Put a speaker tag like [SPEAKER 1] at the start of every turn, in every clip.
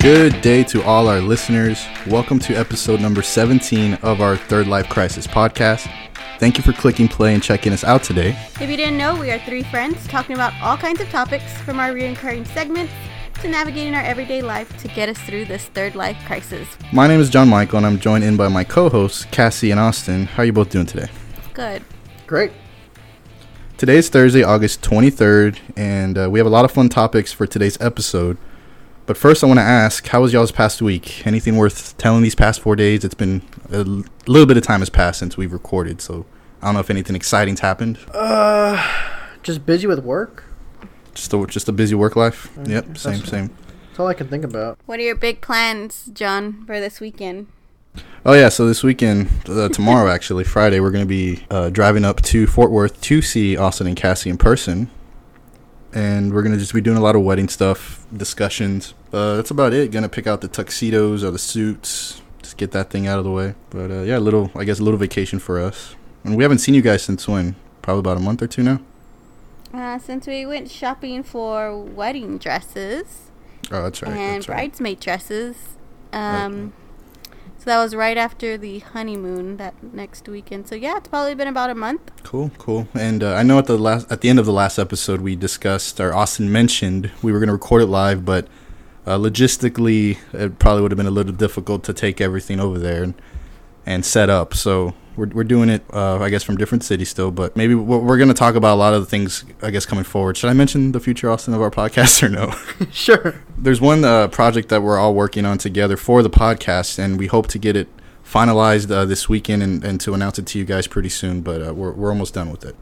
[SPEAKER 1] Good day to all our listeners. Welcome to episode number 17 of our Third Life Crisis podcast. Thank you for clicking play and checking us out today.
[SPEAKER 2] If you didn't know, we are three friends talking about all kinds of topics, from our reoccurring segments to navigating our everyday life to get us through this third life crisis.
[SPEAKER 1] My name is John Michael, and I'm joined in by my co hosts, Cassie and Austin. How are you both doing today?
[SPEAKER 2] Good.
[SPEAKER 3] Great.
[SPEAKER 1] Today is Thursday, August 23rd, and uh, we have a lot of fun topics for today's episode. But first, I want to ask, how was y'all's past week? Anything worth telling these past four days? It's been a l- little bit of time has passed since we've recorded, so I don't know if anything exciting's happened.
[SPEAKER 3] Just busy with work.
[SPEAKER 1] Just a, just a busy work life. Yep, same,
[SPEAKER 3] that's-
[SPEAKER 1] same.
[SPEAKER 3] That's all I can think about.
[SPEAKER 2] What are your big plans, John, for this weekend?
[SPEAKER 1] Oh yeah, so this weekend, uh, tomorrow actually, Friday, we're gonna be uh, driving up to Fort Worth to see Austin and Cassie in person, and we're gonna just be doing a lot of wedding stuff, discussions. Uh, that's about it. Gonna pick out the tuxedos or the suits, just get that thing out of the way. But uh, yeah, a little, I guess, a little vacation for us. And we haven't seen you guys since when? Probably about a month or two now.
[SPEAKER 2] Uh, since we went shopping for wedding dresses
[SPEAKER 1] Oh, that's right.
[SPEAKER 2] and
[SPEAKER 1] that's right.
[SPEAKER 2] bridesmaid dresses, um, so that was right after the honeymoon that next weekend. So yeah, it's probably been about a month.
[SPEAKER 1] Cool, cool. And uh, I know at the last, at the end of the last episode, we discussed, or Austin mentioned, we were going to record it live, but uh, logistically, it probably would have been a little difficult to take everything over there and, and set up. So we're we're doing it, uh, I guess, from different cities still. But maybe we're, we're going to talk about a lot of the things, I guess, coming forward. Should I mention the future Austin of our podcast or no?
[SPEAKER 3] sure.
[SPEAKER 1] There's one uh, project that we're all working on together for the podcast, and we hope to get it finalized uh, this weekend and, and to announce it to you guys pretty soon. But uh, we're we're almost done with it.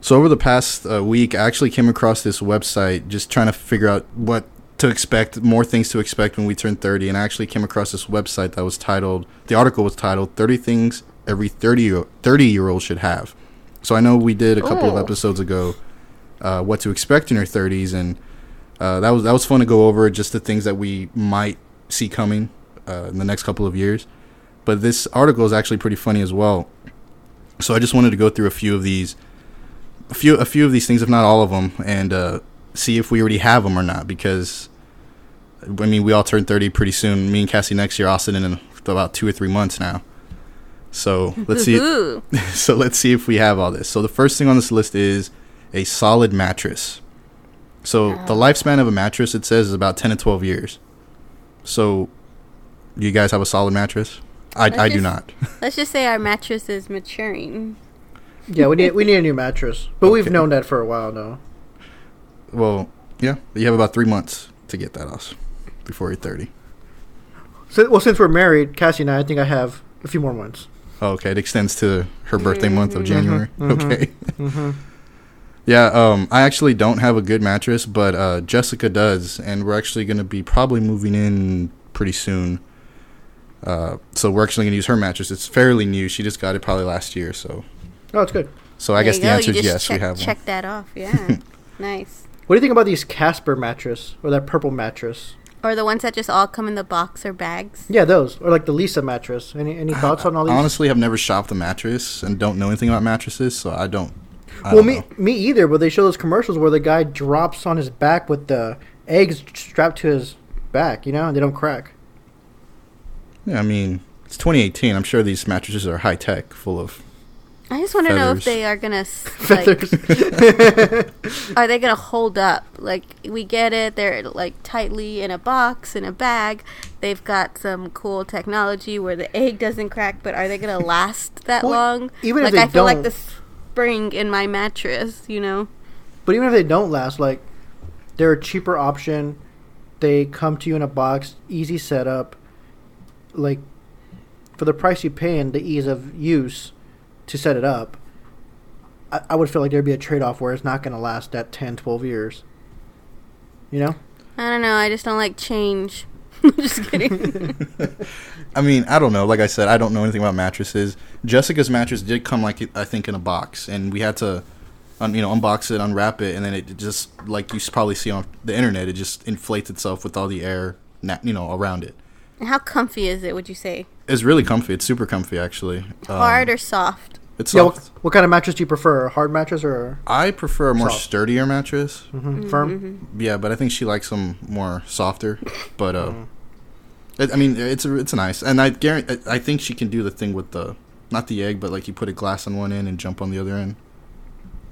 [SPEAKER 1] So over the past uh, week, I actually came across this website just trying to figure out what to expect, more things to expect when we turn 30. And I actually came across this website that was titled, the article was titled 30 Things Every 30 Year, 30 year Old Should Have. So I know we did a couple of
[SPEAKER 2] Ooh.
[SPEAKER 1] episodes ago, uh, what to expect in your 30s. And uh, that was, that was fun to go over just the things that we might see coming uh, in the next couple of years. But this article is actually pretty funny as well. So I just wanted to go through a few of these a few a few of these things, if not all of them, and uh, see if we already have them or not. Because I mean, we all turn thirty pretty soon. Me and Cassie next year, Austin in about two or three months now. So let's see.
[SPEAKER 2] Ooh,
[SPEAKER 1] So let's see if we have all this. So the first thing on this list is a solid mattress. So the lifespan of a mattress, it says, is about ten to twelve years. So, do you guys have a solid mattress? I,
[SPEAKER 2] Let's
[SPEAKER 1] I do
[SPEAKER 2] just-
[SPEAKER 1] not.
[SPEAKER 2] let's just say our mattress is maturing.
[SPEAKER 3] Yeah, we need we need a new mattress, but we've
[SPEAKER 1] Okay.
[SPEAKER 3] known that for a while now.
[SPEAKER 1] Well, yeah, you have about three months to get that off before you're thirty.
[SPEAKER 3] So, well, since we're married, Cassie and I, I think I have a few more months.
[SPEAKER 1] Oh, okay, it extends to her birthday month of
[SPEAKER 2] Mhm,
[SPEAKER 1] January.
[SPEAKER 3] mhm.
[SPEAKER 1] Okay.
[SPEAKER 3] Mm-hmm.
[SPEAKER 1] Yeah, um, I actually don't have a good mattress, but uh, Jessica does, and we're actually going to be probably moving in pretty soon. Uh, so we're actually going to use her mattress. It's fairly new. She just got it probably last year, so
[SPEAKER 3] Oh, it's good.
[SPEAKER 1] so I
[SPEAKER 2] There
[SPEAKER 1] guess the
[SPEAKER 2] you go, you
[SPEAKER 1] answer is
[SPEAKER 2] just
[SPEAKER 1] yes.
[SPEAKER 2] check,
[SPEAKER 1] we have one.
[SPEAKER 2] Check that off. Yeah, nice.
[SPEAKER 3] What do you think about these Casper mattress or that purple mattress?
[SPEAKER 2] Or the ones that just all come in the box or bags.
[SPEAKER 3] Yeah, those or like the Lisa mattress. Any any thoughts on all these?
[SPEAKER 1] Honestly, I've never shopped a mattress and don't know anything about mattresses, so I don't. I
[SPEAKER 3] well,
[SPEAKER 1] don't
[SPEAKER 3] me
[SPEAKER 1] know.
[SPEAKER 3] me either. But they show those commercials where the guy drops on his back with the eggs strapped to his back. You know, and they don't crack.
[SPEAKER 1] Yeah, I mean, it's 2018. I'm sure these mattresses are high tech, full of.
[SPEAKER 2] I just want to know if
[SPEAKER 1] Feathers.
[SPEAKER 2] they are gonna s- like,
[SPEAKER 3] Feathers.
[SPEAKER 2] are they gonna hold up? Like we get it, they're like tightly in a box in a bag. They've got some cool technology where the egg doesn't crack, but are they gonna last that
[SPEAKER 3] Well,
[SPEAKER 2] long?
[SPEAKER 3] even if
[SPEAKER 2] like
[SPEAKER 3] they
[SPEAKER 2] I feel like
[SPEAKER 3] don't-
[SPEAKER 2] the spring in my mattress, you know.
[SPEAKER 3] But even if they don't last, like they're a cheaper option. They come to you in a box, easy setup. Like for the price you pay and the ease of use to set it up, I, I would feel like there'd be a trade off where it's not going to last that 10, 12 years. You know?
[SPEAKER 2] I don't know. I just don't like change. just kidding.
[SPEAKER 1] I mean, I don't know. Like I said, I don't know anything about mattresses. Jessica's mattress did come like I think in a box, and we had to, un, you know, unbox it, unwrap it, and then it just like you s- probably see on the internet, it just inflates itself with all the air, na- you know, around it.
[SPEAKER 2] And how comfy is it? Would you say
[SPEAKER 1] It's really comfy. It's super comfy, actually. Um,
[SPEAKER 2] hard or soft?
[SPEAKER 1] It's
[SPEAKER 3] Yeah,
[SPEAKER 1] soft.
[SPEAKER 3] what, what kind of mattress do you prefer? A hard mattress or
[SPEAKER 1] I prefer a more
[SPEAKER 3] Soft.
[SPEAKER 1] sturdier mattress.
[SPEAKER 3] hmm firm?
[SPEAKER 1] Yeah, but I think she likes them more softer. But uh, it, I mean, it's a, it's nice, and I guarantee. I think she can do the thing with the not the egg, but like you put a glass on one end and jump on the other end,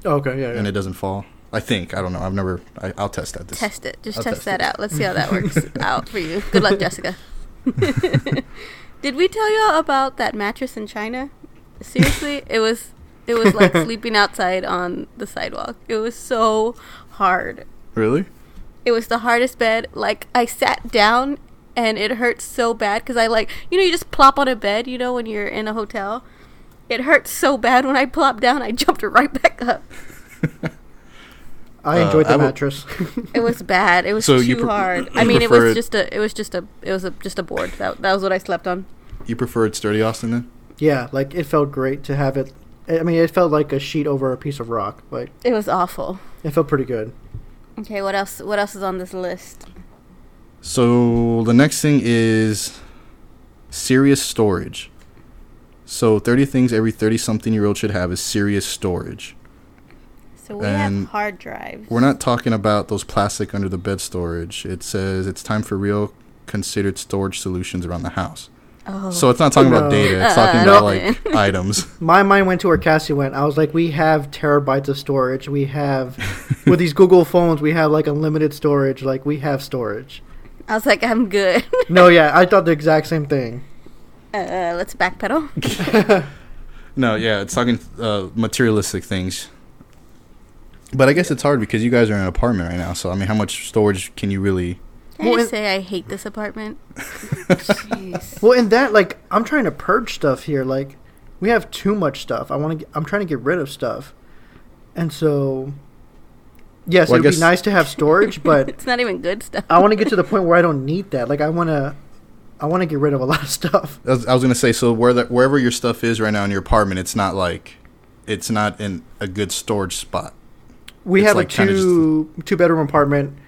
[SPEAKER 3] Oh, okay, yeah, yeah.
[SPEAKER 1] and it doesn't fall. I think I don't know. I've never. I, I'll test that. This
[SPEAKER 2] Test it. Just
[SPEAKER 1] I'll test
[SPEAKER 2] test, that
[SPEAKER 1] it.
[SPEAKER 2] out. Let's see how that works out for you. Good luck, Jessica. Did we tell y'all about that mattress in China? Seriously, it was it was like sleeping outside on the sidewalk. It was so hard.
[SPEAKER 1] really.
[SPEAKER 2] It was the hardest bed. Like I sat down and it hurt so bad because I like you know you just plop on a bed. You know when you're in a hotel, it hurts so bad when I plopped down. I jumped right back up.
[SPEAKER 3] I
[SPEAKER 1] Uh,
[SPEAKER 3] enjoyed the
[SPEAKER 1] I would-
[SPEAKER 3] mattress.
[SPEAKER 2] It was bad. It was
[SPEAKER 1] So you
[SPEAKER 2] too
[SPEAKER 1] pre-
[SPEAKER 2] hard.
[SPEAKER 1] you
[SPEAKER 2] I mean, it
[SPEAKER 1] prefer
[SPEAKER 2] was
[SPEAKER 1] it-
[SPEAKER 2] just a. It was just a. It was a, just a board. That that was what I slept on.
[SPEAKER 1] You preferred sturdy Austin then?
[SPEAKER 3] yeah, like it felt great to have it. I mean, it felt like a sheet over a piece of rock. Like
[SPEAKER 2] It was awful.
[SPEAKER 3] it felt pretty good.
[SPEAKER 2] Okay, what else? What else is on this list?
[SPEAKER 1] So the next thing is serious storage. So 30 things every 30 something year old should have is serious storage.
[SPEAKER 2] So we
[SPEAKER 1] And-
[SPEAKER 2] have hard drives.
[SPEAKER 1] We're not talking about those plastic under the bed storage. It says it's time for real considered storage solutions around the house.
[SPEAKER 2] Oh,
[SPEAKER 1] So it's not talking about
[SPEAKER 3] No.
[SPEAKER 1] data, it's
[SPEAKER 2] Uh,
[SPEAKER 1] talking
[SPEAKER 2] no.
[SPEAKER 1] about like items.
[SPEAKER 3] My mind went to where Cassie went. I was like, we have terabytes of storage. We have with these Google phones, we have like unlimited storage. Like we have storage.
[SPEAKER 2] I was like, I'm good.
[SPEAKER 3] No, yeah, I thought the exact same thing.
[SPEAKER 2] Uh, let's backpedal.
[SPEAKER 1] No, yeah, it's talking uh, materialistic things. But I guess it's hard because you guys are in an apartment right now. So I mean, how much storage can you really?
[SPEAKER 2] Can I
[SPEAKER 3] Well, it-
[SPEAKER 2] just say I hate this apartment? Jeez.
[SPEAKER 3] Well, in that, like, I'm trying to purge stuff here. Like, we have too much stuff. I want to. I'm trying to get rid of stuff, and so, yes,
[SPEAKER 1] Well, I
[SPEAKER 3] it'd
[SPEAKER 1] guess-
[SPEAKER 3] be nice to have storage, but
[SPEAKER 2] it's not even good stuff.
[SPEAKER 3] I want to get to the point where I don't need that. Like, I want to, I want to get rid of a lot of stuff.
[SPEAKER 1] I was, I was gonna say, so where the, wherever your stuff is right now in your apartment, it's not like, it's not in a good storage spot.
[SPEAKER 3] We
[SPEAKER 1] It's
[SPEAKER 3] have
[SPEAKER 1] like
[SPEAKER 3] a
[SPEAKER 1] kinda just-
[SPEAKER 3] two two bedroom apartment.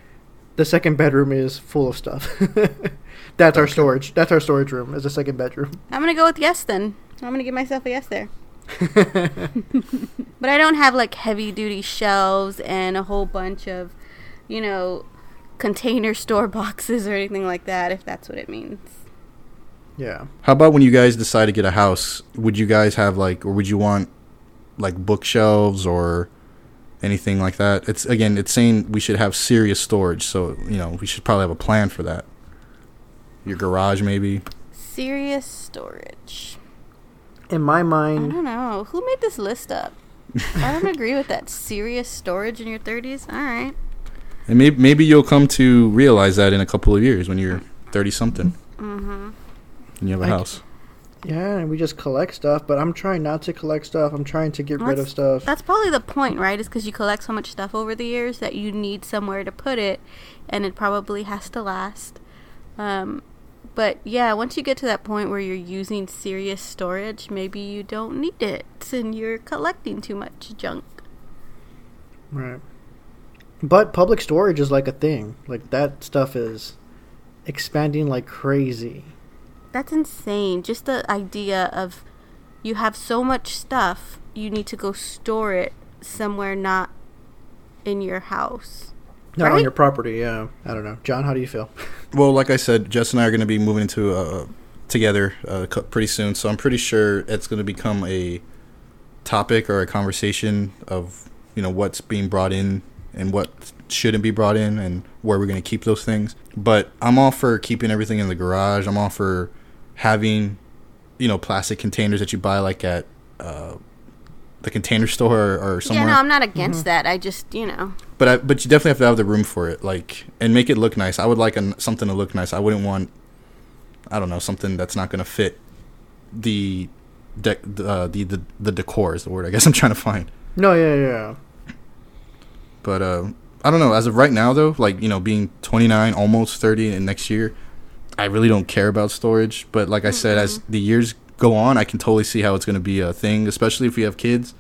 [SPEAKER 3] The second bedroom is full of stuff. That's our storage. That's our storage room. Is the second bedroom.
[SPEAKER 2] I'm gonna go with yes then. I'm gonna give myself a yes there. but I don't have like heavy duty shelves and a whole bunch of, you know, container store boxes or anything like that, if that's what it means.
[SPEAKER 3] Yeah.
[SPEAKER 1] How about when you guys decide to get a house? Would you guys have like, or would you want like bookshelves or anything like that? It's again, it's saying we should have serious storage, so you know we should probably have a plan for that. Your garage, maybe.
[SPEAKER 2] Serious storage.
[SPEAKER 3] In my
[SPEAKER 2] I
[SPEAKER 3] mind,
[SPEAKER 2] don't know. Who made this list up? I don't agree with that. Serious storage in your 30s? All right.
[SPEAKER 1] And maybe maybe you'll come to realize that in a couple of years when you're thirty something
[SPEAKER 2] Mm-hmm.
[SPEAKER 1] and you have a
[SPEAKER 3] I c-
[SPEAKER 1] house.
[SPEAKER 2] Uh-huh.
[SPEAKER 3] yeah, and we just collect stuff. But I'm trying not to collect stuff. I'm trying to get rid of
[SPEAKER 2] That's-
[SPEAKER 3] stuff.
[SPEAKER 2] That's probably the point, right? Is because you collect so much stuff over the years that you need somewhere to put it, and it probably has to last. Um, but yeah, once you get to that point where you're using serious storage, maybe you don't need it, and you're collecting too much junk.
[SPEAKER 3] Right. But public storage is like a thing. Like that stuff is expanding like crazy.
[SPEAKER 2] That's insane. Just the idea of you have so much stuff, you need to go store it somewhere not in your house.
[SPEAKER 3] Not on
[SPEAKER 2] Right?
[SPEAKER 3] your property, yeah. I don't know. John, how do you feel?
[SPEAKER 1] Well, like I said, Jess and I are going to be moving into uh, together uh, co- pretty soon, so I'm pretty sure it's going to become a topic or a conversation of you know what's being brought in and what shouldn't be brought in and where we're going to keep those things. But I'm all for keeping everything in the garage. I'm all for having you know plastic containers that you buy like at uh, the container store or, or somewhere
[SPEAKER 2] Yeah, no, I'm not against that. I just, you know.
[SPEAKER 1] but I, but you definitely have to have the room for it, like, and make it look nice. I would like an, something to look nice. I wouldn't want, I don't know, something that's not going to fit the, dec the, uh, the the the decor is the word I guess I'm trying to find.
[SPEAKER 3] No, yeah, yeah.
[SPEAKER 1] But uh, I don't know. As of right now, though, like you know, being 29, almost 30, and next year, I really don't care about storage. But like I said, as the years go on, I can totally see how it's going to be a thing, especially if you have kids.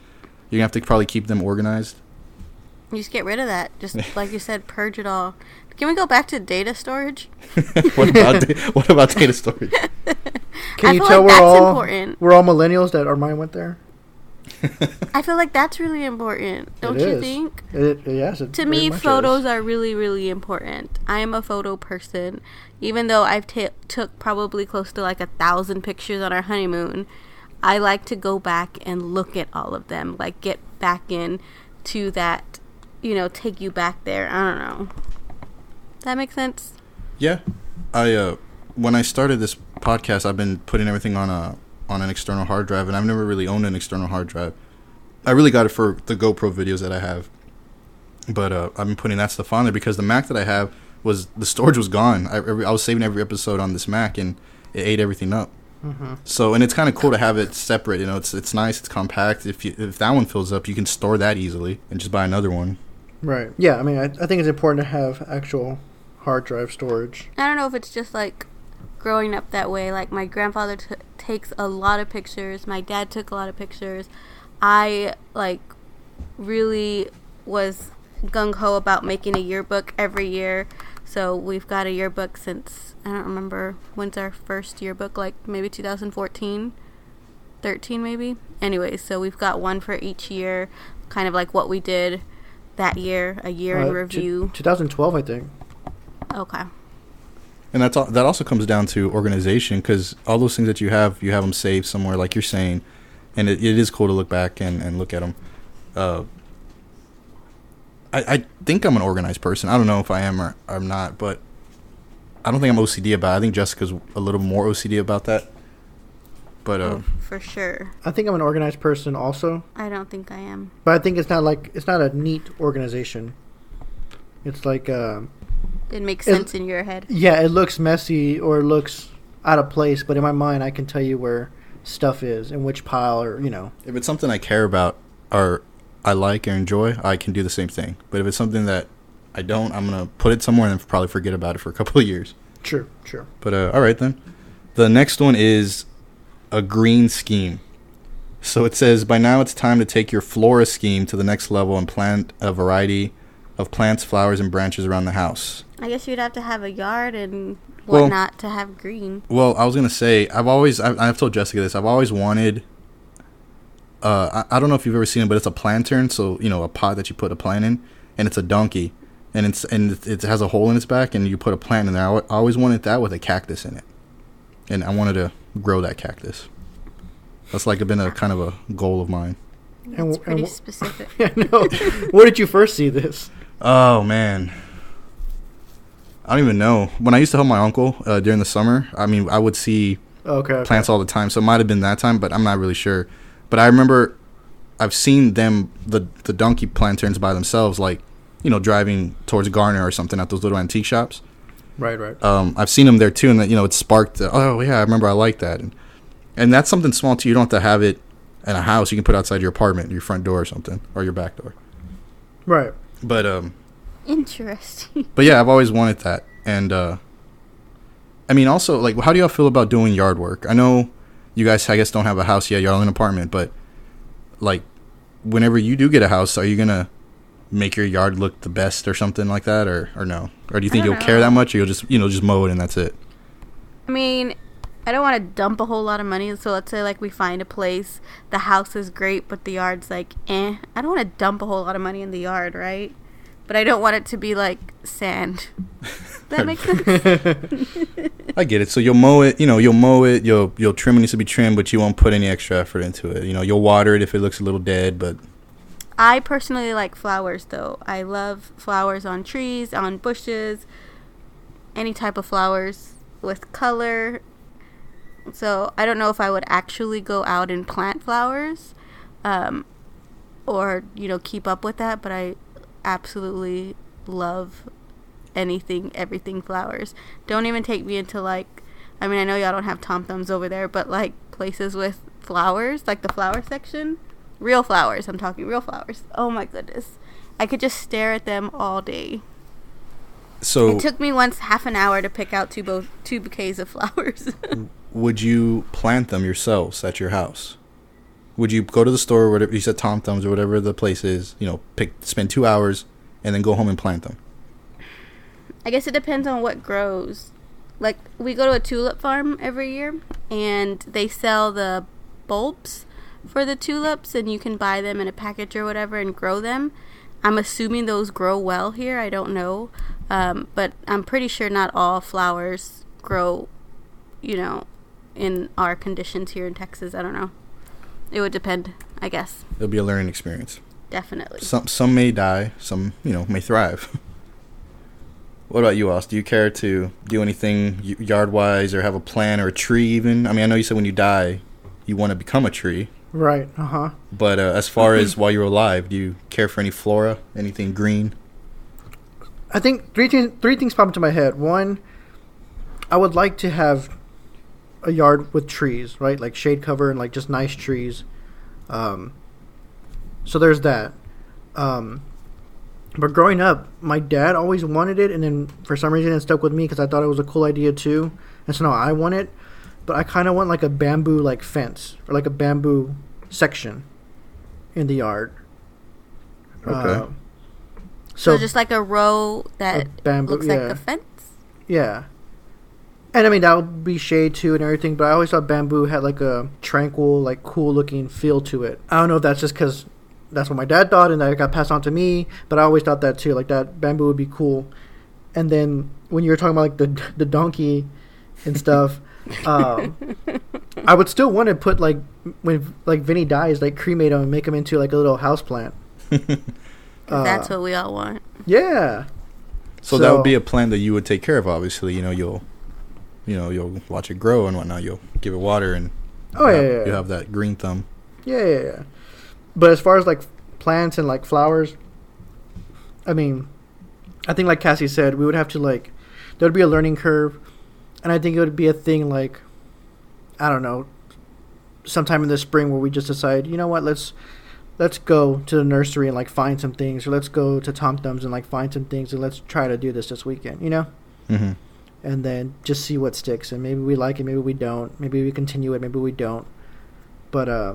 [SPEAKER 1] You're gonna have to probably keep them organized.
[SPEAKER 2] You just get rid of that. Just like you said, purge it all. Can we go back to data storage?
[SPEAKER 1] what about da- what about data storage?
[SPEAKER 3] Can
[SPEAKER 2] I
[SPEAKER 3] you
[SPEAKER 2] feel like
[SPEAKER 3] tell we're
[SPEAKER 2] that's
[SPEAKER 3] all
[SPEAKER 2] important.
[SPEAKER 3] we're all millennials that our mind went there?
[SPEAKER 2] I feel like that's really important, don't you
[SPEAKER 3] is.
[SPEAKER 2] think?
[SPEAKER 3] It, yes. It
[SPEAKER 2] To
[SPEAKER 3] very
[SPEAKER 2] me,
[SPEAKER 3] much
[SPEAKER 2] photos
[SPEAKER 3] is.
[SPEAKER 2] are really, really important. I am a photo person, even though I've ta- took probably close to like a thousand pictures on our honeymoon. I like to go back and look at all of them, like get back in to that, you know, take you back there. I don't know. That makes sense.
[SPEAKER 1] Yeah, I uh, when I started this podcast, I've been putting everything on a on an external hard drive, and I've never really owned an external hard drive. I really got it for the GoPro videos that I have, but uh, I've been putting that stuff on there because the Mac that I have was the storage was gone. I, every, I was saving every episode on this Mac, and it ate everything up. So, and it's kind of cool to have it separate. You know, it's it's nice, it's compact. If you if that one fills up, you can store that easily and just buy another one.
[SPEAKER 3] right. Yeah, I mean, I, I think it's important to have actual hard drive storage.
[SPEAKER 2] I don't know if it's just like growing up that way. Like my grandfather t- takes a lot of pictures. My dad took a lot of pictures. I like really was gung ho about making a yearbook every year. So we've got a yearbook since I don't remember when's our first yearbook. Like maybe 2014. 13 maybe anyway so we've got one for each year kind of like what we did that year a year in
[SPEAKER 3] Uh, t-
[SPEAKER 2] review
[SPEAKER 3] 2012, I think.
[SPEAKER 2] okay
[SPEAKER 1] And that's all, that also comes down to organization because all those things that you have, you have them saved somewhere, like you're saying, and it, it is cool to look back and, and look at them. Uh, I, I think I'm an organized person. I don't know if I am or I'm not, but I don't think I'm OCD about. It. I think Jessica's a little more OCD about that. But uh,
[SPEAKER 2] for sure
[SPEAKER 3] I think I'm an organized person also,
[SPEAKER 2] i don't think i am
[SPEAKER 3] but I think it's not like it's not a neat organization. It's like um,
[SPEAKER 2] It makes
[SPEAKER 3] It-
[SPEAKER 2] sense in your head.
[SPEAKER 3] Yeah, it looks messy or it looks out of place, but in my mind, I can tell you where stuff is and which pile, or you know,
[SPEAKER 1] if it's something I care about or I like or enjoy, I can do the same thing. But if it's something that I don't, I'm gonna put it somewhere and probably forget about it for a couple of years.
[SPEAKER 3] true, true.
[SPEAKER 1] But uh, all right then. The next one is a green scheme. So it says by now it's time to take your flora scheme to the next level and plant a variety of plants, flowers, and branches around the house.
[SPEAKER 2] I guess you'd have to have a yard and
[SPEAKER 1] Well-
[SPEAKER 2] whatnot to have green.
[SPEAKER 1] Well, I was gonna say I've always I, I've told Jessica this. I've always wanted. Uh, I, I don't know if you've ever seen it, but it's a lantern. So you know a pot that you put a plant in, and it's a donkey, and it's and it, it has a hole in its back, and you put a plant in there. I al- I always wanted that with a cactus in it, and I wanted to grow that cactus. That's like been a kind of a goal of mine.
[SPEAKER 3] and
[SPEAKER 2] That's
[SPEAKER 3] wh-
[SPEAKER 2] pretty
[SPEAKER 3] wh-
[SPEAKER 2] specific.
[SPEAKER 3] I know. Where did you first see this?
[SPEAKER 1] Oh man. I don't even know. When I used to help my uncle uh, during the summer, I mean, I would see
[SPEAKER 3] Okay, okay.
[SPEAKER 1] plants all the time. So it might have been that time, but I'm not really sure. But I remember I've seen them the the donkey planterns by themselves, like you know, driving towards Garner or something at those little antique shops.
[SPEAKER 3] right, right.
[SPEAKER 1] Um, I've seen them there too, and that you know, it sparked. The, oh yeah, I remember I like that, and and that's something small too. You don't have to have it in a house. You can put it outside your apartment, your front door or something, or your back door.
[SPEAKER 3] Right.
[SPEAKER 1] But um,
[SPEAKER 2] Interesting.
[SPEAKER 1] but yeah, I've always wanted that, and uh, I mean, also like, how do y'all feel about doing yard work? I know you guys, I guess, don't have a house yet. Y'all in an apartment, but like, whenever you do get a house, are you gonna make your yard look the best or something like that, or or no? Or do you think
[SPEAKER 2] don't
[SPEAKER 1] you'll care
[SPEAKER 2] know.
[SPEAKER 1] that much, or you'll just you know just mow it and that's it?
[SPEAKER 2] I mean, I don't want to dump a whole lot of money. So let's say like we find a place, the house is great, but the yard's like eh. I don't want to dump a whole lot of money in the yard, right? But I don't want it to be like sand. That makes sense.
[SPEAKER 1] I get it. So you'll mow it, you know, you'll mow it, you'll you'll trim it needs to be trimmed, but you won't put any extra effort into it. You know, you'll water it if it looks a little dead, but
[SPEAKER 2] I personally like flowers though. I love flowers on trees, on bushes, any type of flowers with color. So I don't know if I would actually go out and plant flowers um, or, you know, keep up with that, but I absolutely love anything, everything flowers. Don't even take me into like, I mean, I know y'all don't have Tom Thumbs over there, but like places with flowers, like the flower section. Real flowers, I'm talking real flowers. Oh my goodness. I could just stare at them all day.
[SPEAKER 1] so
[SPEAKER 2] It took me once half an hour to pick out two bo- two bouquets of flowers.
[SPEAKER 1] would you plant them yourselves at your house? Would you go to the store or whatever you said Tom Thumbs or whatever the place is, you know, pick spend two hours and then go home and plant them?
[SPEAKER 2] I guess it depends on what grows. Like we go to a tulip farm every year, and they sell the bulbs for the tulips, and you can buy them in a package or whatever and grow them. I'm assuming those grow well here. I don't know, um, but I'm pretty sure not all flowers grow, you know, in our conditions here in Texas. I don't know. It would depend, I guess.
[SPEAKER 1] It'll be a learning experience.
[SPEAKER 2] Definitely.
[SPEAKER 1] Some some may die, some you know may thrive. what about you, Oz? Do you care to do anything y- yard wise, or have a plan, or a tree even? I mean, I know you said when you die, you want to become a tree.
[SPEAKER 3] Right. Uh huh.
[SPEAKER 1] But uh, as far as while you're alive, do you care for any flora, anything green?
[SPEAKER 3] I think three things. Three things pop into my head. One, I would like to have a yard with trees, right? Like shade cover and like just nice trees. Um, so there's that. Um, but growing up, my dad always wanted it, and then for some reason it stuck with me because I thought it was a cool idea too, and so now I want it. But I kind of want like a bamboo like fence or like a bamboo section in the yard.
[SPEAKER 1] Okay.
[SPEAKER 3] Um,
[SPEAKER 2] So, just like a row that
[SPEAKER 3] bamboo-
[SPEAKER 2] looks
[SPEAKER 3] yeah.
[SPEAKER 2] like a fence.
[SPEAKER 3] Yeah. And I mean that would be shade too and everything, but I always thought bamboo had like a tranquil, like cool looking feel to it. I don't know if that's just because that's what my dad thought and that it got passed on to me, but I always thought that too, like that bamboo would be cool. And then when you were talking about like the the donkey and stuff, um, I would still want to put like when like Vinny dies, like cremate him and make him into like a little house plant.
[SPEAKER 2] 'cause that's
[SPEAKER 3] Uh,
[SPEAKER 2] what we all want.
[SPEAKER 3] Yeah,
[SPEAKER 1] So, that
[SPEAKER 3] So-
[SPEAKER 1] would be a plant that you would take care of. Obviously, you know you'll, you know you'll watch it grow and whatnot. You'll give it water and
[SPEAKER 3] Oh,
[SPEAKER 1] you'll
[SPEAKER 3] yeah,
[SPEAKER 1] have-
[SPEAKER 3] yeah, yeah.
[SPEAKER 1] you'll have that green thumb.
[SPEAKER 3] Yeah, yeah, yeah. But as far as like plants and like flowers, I mean, I think like Cassie said, we would have to like there would be a learning curve, and I think it would be a thing like I don't know, sometime in the spring where we just decide, you know what, let's let's go to the nursery and like find some things, or let's go to Tom Thumbs and like find some things, and let's try to do this this weekend, you know,
[SPEAKER 1] hmm
[SPEAKER 3] and then just see what sticks, and maybe we like it, maybe we don't, maybe we continue it, maybe we don't, but uh,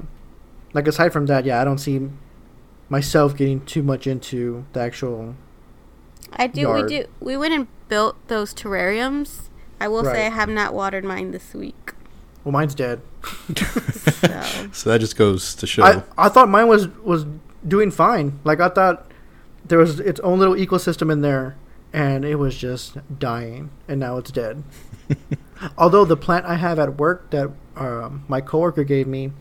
[SPEAKER 3] like aside from that, yeah, I don't see myself getting too much into the actual.
[SPEAKER 2] I do. We
[SPEAKER 3] yard.
[SPEAKER 2] do. We went and built those terrariums. I will say I
[SPEAKER 3] Right.
[SPEAKER 2] have not watered mine this week.
[SPEAKER 3] Well, mine's dead.
[SPEAKER 2] So
[SPEAKER 1] So that just goes to show.
[SPEAKER 3] I, I thought mine was was doing fine. Like I thought there was its own little ecosystem in there, and it was just dying, and now it's dead. Although the plant I have at work that um, my coworker gave me,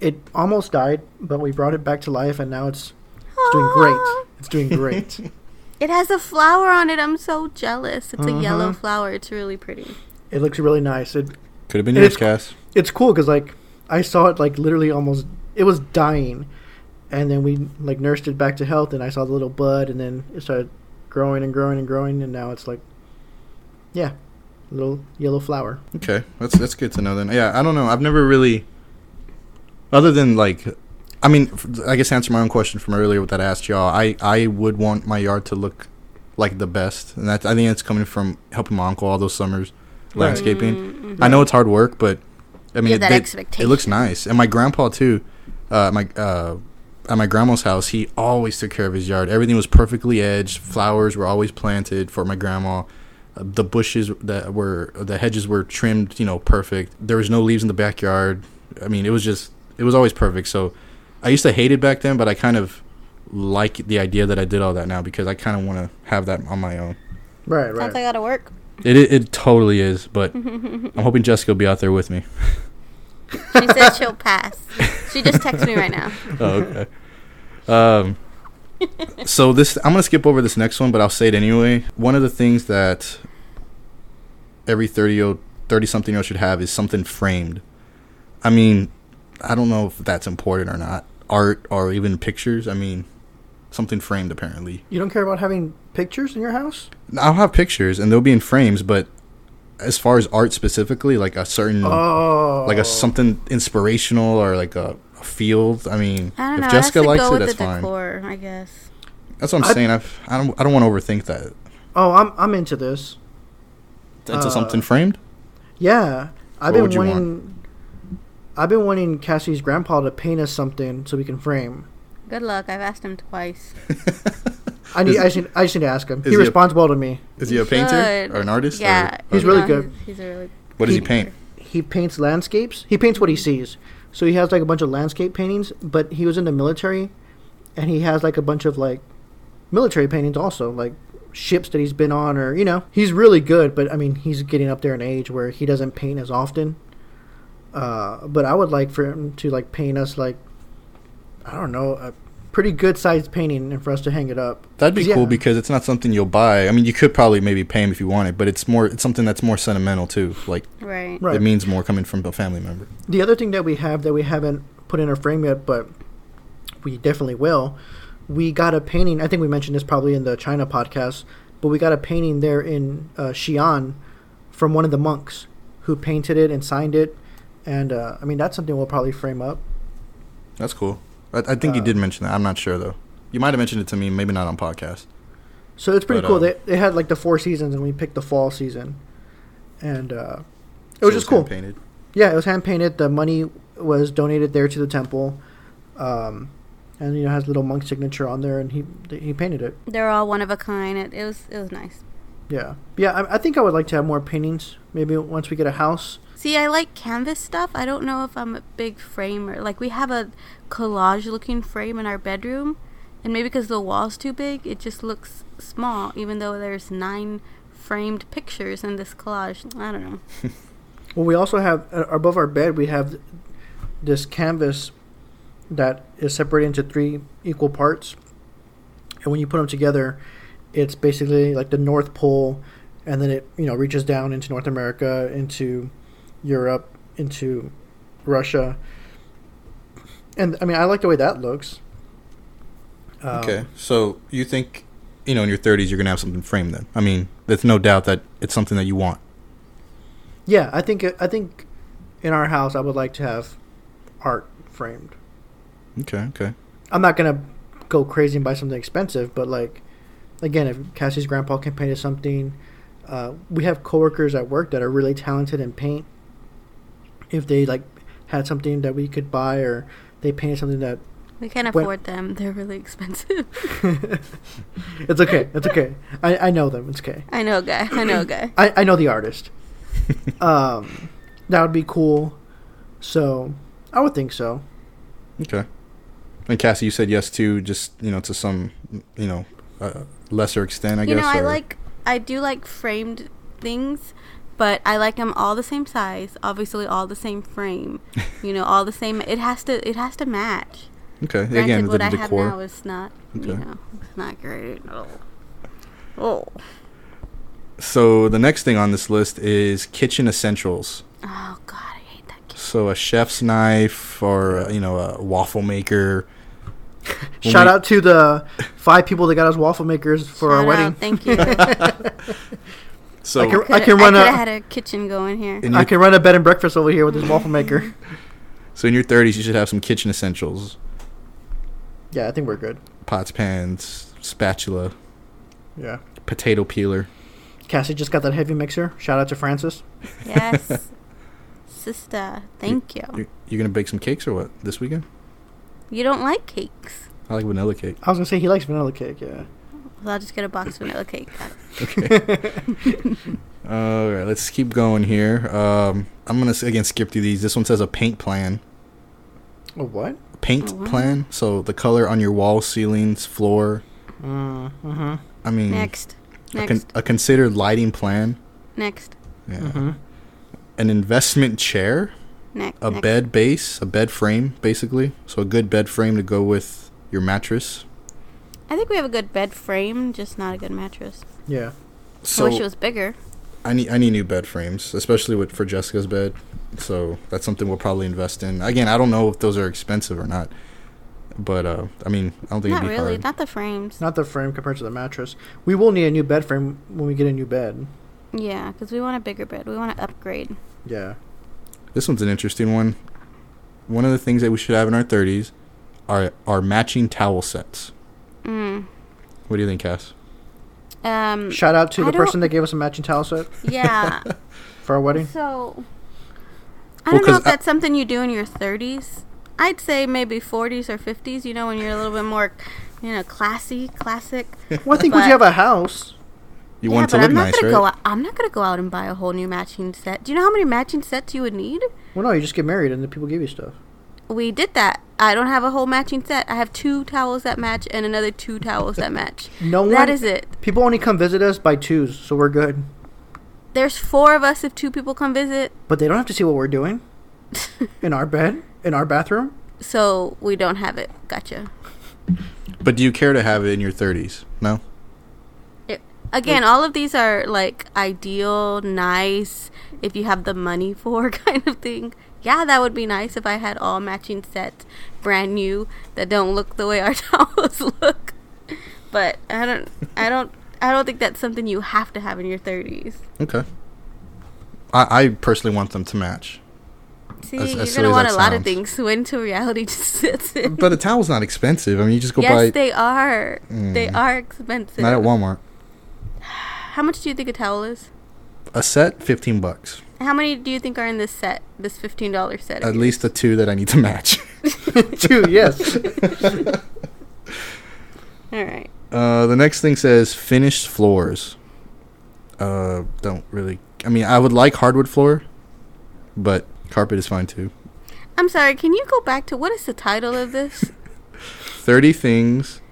[SPEAKER 3] it almost died, but we brought it back to life, and now it's it's doing
[SPEAKER 2] Aw.
[SPEAKER 3] great. It's doing great.
[SPEAKER 2] Ah, It has a flower on it. I'm so jealous. It's
[SPEAKER 1] Mm-hmm.
[SPEAKER 2] a yellow
[SPEAKER 3] Mhm.
[SPEAKER 2] flower. It's really pretty.
[SPEAKER 3] it looks really nice. It
[SPEAKER 1] Could have been
[SPEAKER 3] And
[SPEAKER 1] yours,
[SPEAKER 3] it's-
[SPEAKER 1] Cass.
[SPEAKER 3] it's cool because like I saw it like literally almost it was dying, and then we like nursed it back to health, and I saw the little bud, and then it started growing and growing and growing, and now it's like, yeah, little yellow flower.
[SPEAKER 1] Okay, that's that's good to know. Then, yeah, I don't know. I've never really, other than like, I mean, f- I guess answer my own question from earlier that I asked y'all. I I would want my yard to look like the best, and that I think that's coming from helping my uncle all those summers
[SPEAKER 3] Right.
[SPEAKER 1] landscaping.
[SPEAKER 2] Mm,
[SPEAKER 1] I know it's hard work, but I mean,
[SPEAKER 2] You have
[SPEAKER 1] it,
[SPEAKER 2] that
[SPEAKER 1] they-
[SPEAKER 2] expectation.
[SPEAKER 1] it looks nice. And my grandpa too, uh, my uh, at my grandma's house, he always took care of his yard. Everything was perfectly edged. Flowers were always planted for my grandma. Uh, The bushes that were the hedges were trimmed, you know, perfect. There was no leaves in the backyard. I mean, it was just it was always perfect. So I used to hate it back then, but I kind of like the idea that I did all that now because I kind of want to have that on my own.
[SPEAKER 3] Right,
[SPEAKER 2] Sounds
[SPEAKER 3] right.
[SPEAKER 2] like I gotta work.
[SPEAKER 1] It it, it totally is, but I'm hoping Jessica will be out there with me.
[SPEAKER 2] She said she'll pass. She just texted me right now.
[SPEAKER 1] oh, okay. Um, so this, I'm gonna skip over this next one, but I'll say it anyway. One of the things that every 30 year 30 something year old should have is something framed. I mean, I don't know if that's important or not. Art or even pictures. I mean, something framed apparently.
[SPEAKER 3] you don't care about having pictures in your house?
[SPEAKER 1] I'll have pictures and they'll be in frames, but as far as art specifically, like a certain,
[SPEAKER 3] Oh,
[SPEAKER 1] like a something inspirational or like a, a field. I mean,
[SPEAKER 2] I don't
[SPEAKER 1] if
[SPEAKER 2] know.
[SPEAKER 1] Jessica
[SPEAKER 2] that's the
[SPEAKER 1] likes
[SPEAKER 2] go
[SPEAKER 1] it,
[SPEAKER 2] with
[SPEAKER 1] that's
[SPEAKER 2] the
[SPEAKER 1] fine.
[SPEAKER 2] decor, I guess.
[SPEAKER 1] That's what I'm
[SPEAKER 3] I-
[SPEAKER 1] saying. I've, I don't. I don't want to overthink that.
[SPEAKER 3] Oh, I'm I'm into this.
[SPEAKER 1] Into
[SPEAKER 3] Uh,
[SPEAKER 1] something framed.
[SPEAKER 3] Yeah, I've
[SPEAKER 1] What
[SPEAKER 3] been
[SPEAKER 1] would you want?
[SPEAKER 3] wanting. I've been wanting Cassie's grandpa to paint us something so we can frame.
[SPEAKER 2] Good luck. I've asked him twice.
[SPEAKER 3] I need. I just need, I just need to ask him.
[SPEAKER 1] Is he
[SPEAKER 3] He
[SPEAKER 1] a-
[SPEAKER 3] responds well to me.
[SPEAKER 1] Is he a
[SPEAKER 2] You
[SPEAKER 1] painter
[SPEAKER 2] should.
[SPEAKER 1] or an artist? or-
[SPEAKER 2] Yeah,
[SPEAKER 3] He's
[SPEAKER 1] okay.
[SPEAKER 3] really
[SPEAKER 2] no,
[SPEAKER 3] good.
[SPEAKER 2] He's, he's a really
[SPEAKER 1] What does he
[SPEAKER 3] he-
[SPEAKER 1] paint?
[SPEAKER 3] He paints landscapes. He paints what he sees. So he has like a bunch of landscape paintings. But he was in the military, and he has like a bunch of like military paintings also, like ships that he's been on, or you know, he's really good. But I mean, he's getting up there in age where he doesn't paint as often. Uh, but I would like for him to like paint us like, I don't know, a pretty good sized painting, and for us to hang it up.
[SPEAKER 1] That'd be
[SPEAKER 3] Yeah.
[SPEAKER 1] cool because it's not something you'll buy. I mean, you could probably maybe pay him if you want it, but it's more it's something that's more sentimental too. Like
[SPEAKER 2] right.
[SPEAKER 3] Right.
[SPEAKER 1] it means more coming from a family member.
[SPEAKER 3] The other thing that we have that we haven't put in our frame yet, but we definitely will, we got a painting. I think we mentioned this probably in the China podcast, but we got a painting there in uh, Xi'an from one of the monks who painted it and signed it. And uh, I mean, that's something we'll probably frame up.
[SPEAKER 1] That's cool. I, I think you
[SPEAKER 3] Uh,
[SPEAKER 1] did mention that. I'm not sure though. You might have mentioned it to me, maybe not on podcast.
[SPEAKER 3] So it's pretty
[SPEAKER 1] But,
[SPEAKER 3] cool.
[SPEAKER 1] um,
[SPEAKER 3] they, they had like the four seasons, and we picked the fall season. And uh, it was just cool.
[SPEAKER 1] Painted.
[SPEAKER 3] Yeah, it was hand painted. The money was donated there to the temple, um, and you know has little monk signature on there, and he he painted it.
[SPEAKER 2] They're all one of a kind. It, it was it was nice.
[SPEAKER 3] Yeah, yeah. I, I think I would like to have more paintings. Maybe once we get a house.
[SPEAKER 2] See, I like canvas stuff. I don't know if I'm a big framer. Like we have a collage looking frame in our bedroom, and maybe because the wall's too big, it just looks small. Even though there's nine framed pictures in this collage. I don't know.
[SPEAKER 3] Well, we also have uh, above our bed we have this canvas that is separated into three equal parts, and when you put them together, it's basically like the North Pole, and then it you know reaches down into North America, into Europe, into Russia, and I mean I like the way that looks. Um,
[SPEAKER 1] Okay. So you think, you know, in your 30s, you're going to have something framed then? I mean, there's no doubt that it's something that you want.
[SPEAKER 3] Yeah, I think I think in our house I would like to have art framed.
[SPEAKER 1] Okay. Okay.
[SPEAKER 3] I'm not gonna go crazy and buy something expensive, but like again, if Cassie's grandpa can paint us something, uh, we have coworkers at work that are really talented in paint. If they like had something that we could buy, or they painted something that
[SPEAKER 2] We can't
[SPEAKER 3] When-
[SPEAKER 2] afford them. They're really expensive.
[SPEAKER 3] it's okay, it's okay. I, I know them. It's okay.
[SPEAKER 2] I know, a guy. I know, a guy.
[SPEAKER 3] I, I know the artist. um, that would be cool. So I would think so.
[SPEAKER 1] Okay. And Cassie, you said yes to just, you know, to some, you know, uh, lesser extent, I
[SPEAKER 2] you
[SPEAKER 1] guess.
[SPEAKER 2] know, I
[SPEAKER 1] or-
[SPEAKER 2] like I do like framed things, but I like them all the same size. Obviously, all the same frame. you know, all the same. It has to. It has to match.
[SPEAKER 1] Okay.
[SPEAKER 2] Granted,
[SPEAKER 1] Again, the
[SPEAKER 2] what I have now
[SPEAKER 1] decor.
[SPEAKER 2] is not.
[SPEAKER 1] Okay.
[SPEAKER 2] You know, it's not great. at all. Oh.
[SPEAKER 1] So the next thing on this list is kitchen essentials.
[SPEAKER 2] Oh God, I hate that. Kid.
[SPEAKER 1] So a chef's knife or, uh, you know, a waffle maker. When
[SPEAKER 3] Shout
[SPEAKER 1] we-
[SPEAKER 3] out to the five people that got us waffle makers for our
[SPEAKER 2] Shout out,
[SPEAKER 3] wedding.
[SPEAKER 2] Thank you.
[SPEAKER 1] So
[SPEAKER 3] I can-
[SPEAKER 2] Coulda-
[SPEAKER 3] run
[SPEAKER 2] I coulda
[SPEAKER 3] a-
[SPEAKER 2] had a kitchen going here.
[SPEAKER 1] in
[SPEAKER 3] I
[SPEAKER 1] your,
[SPEAKER 3] can run a bed and breakfast over here with this waffle maker.
[SPEAKER 1] so in your 30s, you should have some kitchen essentials.
[SPEAKER 3] Yeah, I think we're good.
[SPEAKER 1] Pots, pans, spatula,
[SPEAKER 3] Yeah.
[SPEAKER 1] potato peeler.
[SPEAKER 3] Cassie just got that heavy mixer. Shout out to Francis.
[SPEAKER 2] yes. Sister, thank you.
[SPEAKER 1] You're, you're gonna bake some cakes or what this weekend?
[SPEAKER 2] You don't like cakes.
[SPEAKER 1] I like vanilla cake.
[SPEAKER 3] I was gonna say he likes vanilla cake. Yeah.
[SPEAKER 2] Well, I'll just get a box of vanilla cake. Got it.
[SPEAKER 1] All right, let's keep going here. Um, I'm gonna s- again skip through these. This one says a paint plan.
[SPEAKER 3] A what?
[SPEAKER 1] Paint
[SPEAKER 2] Oh, wow.
[SPEAKER 1] plan. So the color on your wall, ceilings, floor.
[SPEAKER 3] Mm, hmm
[SPEAKER 1] I mean,
[SPEAKER 2] Mm-hmm. Next.
[SPEAKER 1] a,
[SPEAKER 2] Next. Mm-hmm.
[SPEAKER 1] con- a considered lighting plan.
[SPEAKER 2] Next.
[SPEAKER 1] Yeah.
[SPEAKER 3] hmm
[SPEAKER 1] An investment chair,
[SPEAKER 2] Next.
[SPEAKER 1] a
[SPEAKER 2] next.
[SPEAKER 1] bed base, a bed frame, basically. So a good bed frame to go with your mattress.
[SPEAKER 2] I think we have a good bed frame, just not a good mattress.
[SPEAKER 3] Yeah.
[SPEAKER 1] So
[SPEAKER 2] I wish it was bigger.
[SPEAKER 1] I need I need new bed frames, especially with for Jessica's bed. So that's something we'll probably invest in. Again, I don't know if those are expensive or not, but uh, I mean, I don't think it'd
[SPEAKER 2] Not
[SPEAKER 1] be
[SPEAKER 2] really.
[SPEAKER 1] hard.
[SPEAKER 2] Not the frames.
[SPEAKER 3] Not the frame compared to the mattress. We will need a new bed frame when we get a new bed.
[SPEAKER 2] Yeah, because we want a bigger bed. We want to upgrade.
[SPEAKER 3] Yeah.
[SPEAKER 1] This one's an interesting one. One of the things that we should have in our thirties are are matching towel sets.
[SPEAKER 2] Mm.
[SPEAKER 1] What do you think, Cass?
[SPEAKER 2] Um.
[SPEAKER 3] Shout out to
[SPEAKER 2] I
[SPEAKER 3] the
[SPEAKER 2] don't-
[SPEAKER 3] person that gave us a matching towel set
[SPEAKER 2] Yeah.
[SPEAKER 3] for our wedding.
[SPEAKER 2] so. I
[SPEAKER 1] Well,
[SPEAKER 2] don't
[SPEAKER 1] 'cause
[SPEAKER 2] know if
[SPEAKER 1] I-
[SPEAKER 2] that's something you do in your 30s. I'd say maybe 40s or 50s. You know, when you're a little bit more you know, classy, classic.
[SPEAKER 3] Well, I think once you have a house,
[SPEAKER 1] You
[SPEAKER 2] yeah,
[SPEAKER 1] want it to
[SPEAKER 2] but
[SPEAKER 1] look
[SPEAKER 2] I'm not
[SPEAKER 1] nice,
[SPEAKER 2] gonna
[SPEAKER 1] right?
[SPEAKER 2] go. Out, I'm not gonna go out and buy a whole new matching set. Do you know how many matching sets you would need?
[SPEAKER 3] well, no, you just get married and then people give you stuff.
[SPEAKER 2] We did that. I don't have a whole matching set. I have two towels that match and another two towels that match.
[SPEAKER 3] No one.
[SPEAKER 2] That is it.
[SPEAKER 3] People only come visit us by twos, so we're good.
[SPEAKER 2] There's four of us if two people come visit,
[SPEAKER 3] But they don't have to see what we're doing in our bed, in our bathroom.
[SPEAKER 2] so we don't have it. Gotcha.
[SPEAKER 1] But do you care to have it in your 30s? No.
[SPEAKER 2] It, again, all of these are like ideal, nice, if you have the money for kind of thing. Yeah, that would be nice if I had all matching sets, brand new, that don't look the way our towels look. But I don't, I don't, I don't think that's something you have to have in your thirties.
[SPEAKER 1] Okay. I, I personally want them to match,
[SPEAKER 2] See,
[SPEAKER 1] As- as
[SPEAKER 2] you're
[SPEAKER 1] silly
[SPEAKER 2] gonna
[SPEAKER 1] as
[SPEAKER 2] want a
[SPEAKER 1] that
[SPEAKER 2] lot of
[SPEAKER 1] sounds.
[SPEAKER 2] things when to reality just sits in.
[SPEAKER 1] but a towel's not expensive. I mean, you just go
[SPEAKER 2] yes,
[SPEAKER 1] buy
[SPEAKER 2] they are. They
[SPEAKER 1] Mm.
[SPEAKER 2] are expensive.
[SPEAKER 1] not at Walmart.
[SPEAKER 2] How much do you think a towel is?
[SPEAKER 1] A set, fifteen bucks.
[SPEAKER 2] How many do you think are in this set? This fifteen dollar set. of
[SPEAKER 1] At least the two that I need to match.
[SPEAKER 3] Two, yes.
[SPEAKER 2] yours? All right.
[SPEAKER 1] Uh, the next thing says finished floors. Uh, don't really. I mean, I would like hardwood floor, but carpet is fine too.
[SPEAKER 2] I'm sorry. Can you go back to what is the title of this?
[SPEAKER 1] Thirty things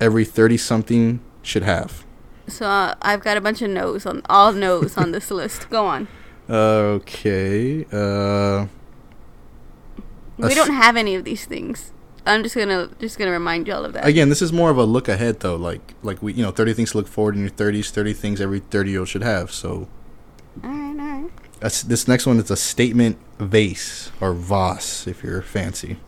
[SPEAKER 1] every thirty something should have.
[SPEAKER 2] so uh, I've got a bunch of no's on all no's on this list. Go on.
[SPEAKER 1] Okay. Uh,
[SPEAKER 2] We
[SPEAKER 1] s-
[SPEAKER 2] don't have any of these things. I'm just gonna just gonna remind y'all of that.
[SPEAKER 1] again, this is more of a look ahead though. Like like we you know thirty things to look forward in your thirties. Thirty things every thirty year old should have. So
[SPEAKER 2] all right. All right.
[SPEAKER 1] a s this next one is a statement vase or vase if you're fancy.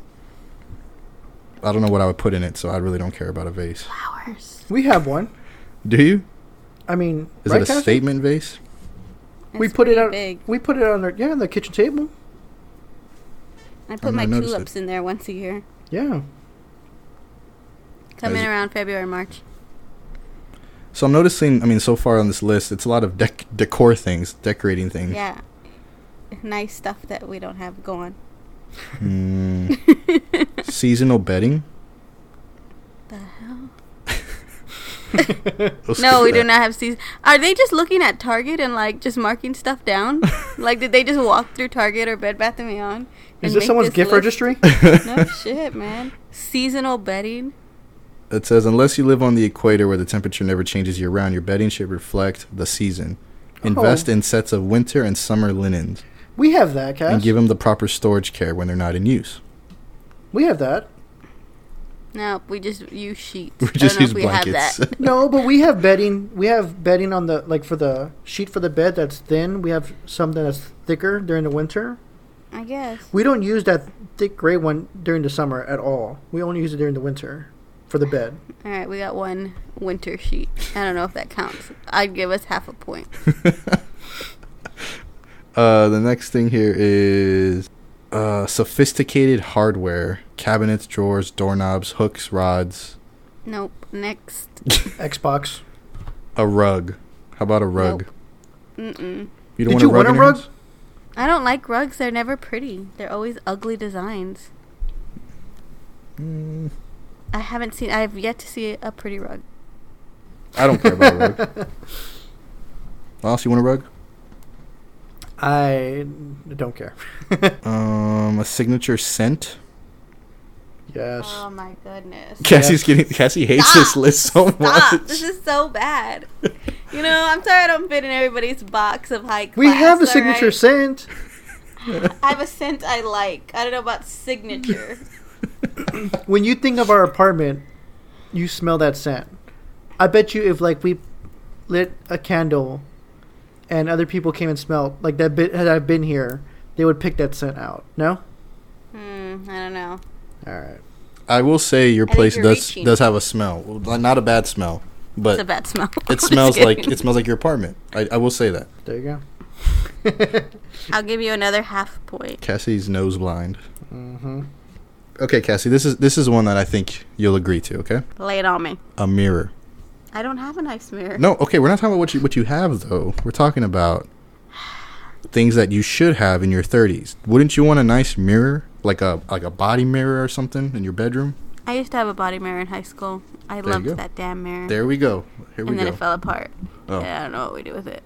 [SPEAKER 1] I don't know what I would put in it, so I really don't care about a vase.
[SPEAKER 2] Flowers.
[SPEAKER 3] we have one.
[SPEAKER 1] Do you?
[SPEAKER 3] I mean,
[SPEAKER 1] Is
[SPEAKER 3] right,
[SPEAKER 1] it a
[SPEAKER 3] Tasha?
[SPEAKER 1] statement vase?
[SPEAKER 3] We
[SPEAKER 2] It's
[SPEAKER 3] put it
[SPEAKER 2] pretty
[SPEAKER 3] on.
[SPEAKER 2] Big.
[SPEAKER 3] We put it on our yeah, on the kitchen table. Oh,
[SPEAKER 2] I put
[SPEAKER 1] never
[SPEAKER 2] my
[SPEAKER 1] noticed it.
[SPEAKER 2] tulips in there once a year,
[SPEAKER 3] Yeah.
[SPEAKER 2] coming
[SPEAKER 1] As-
[SPEAKER 2] around February March.
[SPEAKER 1] So I'm noticing. I mean, so far on this list, it's a lot of dec- decor things, decorating things.
[SPEAKER 2] Yeah. Nice stuff that we don't have going.
[SPEAKER 1] Hmm. seasonal bedding.
[SPEAKER 2] The hell?
[SPEAKER 1] We'll skip
[SPEAKER 2] No, we do
[SPEAKER 1] that.
[SPEAKER 2] not have season. Are they just looking at Target and like just marking stuff down? like, did they just walk through Target or Bed Bath and Beyond?
[SPEAKER 3] Is
[SPEAKER 2] and
[SPEAKER 3] this
[SPEAKER 2] make
[SPEAKER 3] someone's gift
[SPEAKER 2] list?
[SPEAKER 3] registry?
[SPEAKER 2] no shit, man. Seasonal bedding.
[SPEAKER 1] It says unless you live on the equator where the temperature never changes year round, your bedding should reflect the season. Invest in sets of winter and summer linens
[SPEAKER 3] we have that,
[SPEAKER 1] and
[SPEAKER 3] Cass.
[SPEAKER 1] give them the proper storage care when they're not in use.
[SPEAKER 3] we have that.
[SPEAKER 2] No, we just use sheets.
[SPEAKER 1] We
[SPEAKER 2] I don't
[SPEAKER 1] just
[SPEAKER 2] know if
[SPEAKER 1] use
[SPEAKER 2] we
[SPEAKER 1] blankets.
[SPEAKER 2] Have that.
[SPEAKER 3] No, but we have bedding. We have bedding on the like for the sheet for the bed that's thin. We have something that's thicker during the winter.
[SPEAKER 2] I guess.
[SPEAKER 3] We don't use that thick gray one during the summer at all. We only use it during the winter for the bed.
[SPEAKER 2] All right, we got one winter sheet. I don't know if that counts. I'd give us half a point.
[SPEAKER 1] Uh, the next thing here is uh, sophisticated hardware: cabinets, drawers, doorknobs, hooks, rods,
[SPEAKER 2] Nope. Next.
[SPEAKER 3] Xbox.
[SPEAKER 1] a rug. How about a rug?
[SPEAKER 2] Nope. Mm-mm.
[SPEAKER 1] You
[SPEAKER 3] Did you want
[SPEAKER 1] in
[SPEAKER 3] a
[SPEAKER 1] your
[SPEAKER 3] rug?
[SPEAKER 1] house?
[SPEAKER 2] I don't like rugs. They're never pretty. They're always ugly designs.
[SPEAKER 1] Mm,
[SPEAKER 2] I haven't seen. I have yet to see a pretty rug.
[SPEAKER 1] I don't care about a rug. Miles, you want a rug?
[SPEAKER 3] I don't care.
[SPEAKER 1] Um, a signature scent.
[SPEAKER 3] Yes.
[SPEAKER 2] Oh my goodness.
[SPEAKER 1] Cassie's getting Cassie hates this list so
[SPEAKER 2] Stop!
[SPEAKER 1] much.
[SPEAKER 2] This is so bad. You know, I'm sorry I don't fit in everybody's box of high class.
[SPEAKER 3] we have a
[SPEAKER 2] all
[SPEAKER 3] signature
[SPEAKER 2] right?
[SPEAKER 3] scent.
[SPEAKER 2] I have a scent I like. I don't know about signature.
[SPEAKER 3] When you think of our apartment, you smell that scent. I bet you if like we lit a candle and other people came and smelled like that bit had I been here, they would pick that scent out. No?
[SPEAKER 2] Hmm, I don't know.
[SPEAKER 3] All right.
[SPEAKER 1] I will say your
[SPEAKER 2] think
[SPEAKER 1] place
[SPEAKER 2] you're
[SPEAKER 1] does
[SPEAKER 2] reaching.
[SPEAKER 1] does have a smell. Well, Not a bad smell,
[SPEAKER 2] It's a
[SPEAKER 1] but
[SPEAKER 2] bad smell.
[SPEAKER 1] it smells like it smells like your apartment. I, I will say that.
[SPEAKER 3] There you go.
[SPEAKER 2] I'll give you another half point.
[SPEAKER 1] Cassie's nose blind.
[SPEAKER 3] hmm
[SPEAKER 1] Okay, Cassie, this is this is one that I think you'll agree to. Okay,
[SPEAKER 2] Lay it on me.
[SPEAKER 1] a mirror.
[SPEAKER 2] I don't have a nice mirror.
[SPEAKER 1] No, okay, we're not talking about what you what you have though. We're talking about things that you should have in your 30s. Wouldn't you want a nice mirror, like a like a body mirror or something in your bedroom?
[SPEAKER 2] I used to have a body mirror in high school. I
[SPEAKER 1] There you
[SPEAKER 2] loved
[SPEAKER 1] go.
[SPEAKER 2] that damn mirror.
[SPEAKER 1] There we go. Here we
[SPEAKER 2] and then
[SPEAKER 1] go.
[SPEAKER 2] it fell apart.
[SPEAKER 1] Oh.
[SPEAKER 2] Yeah, I don't know what we do with it.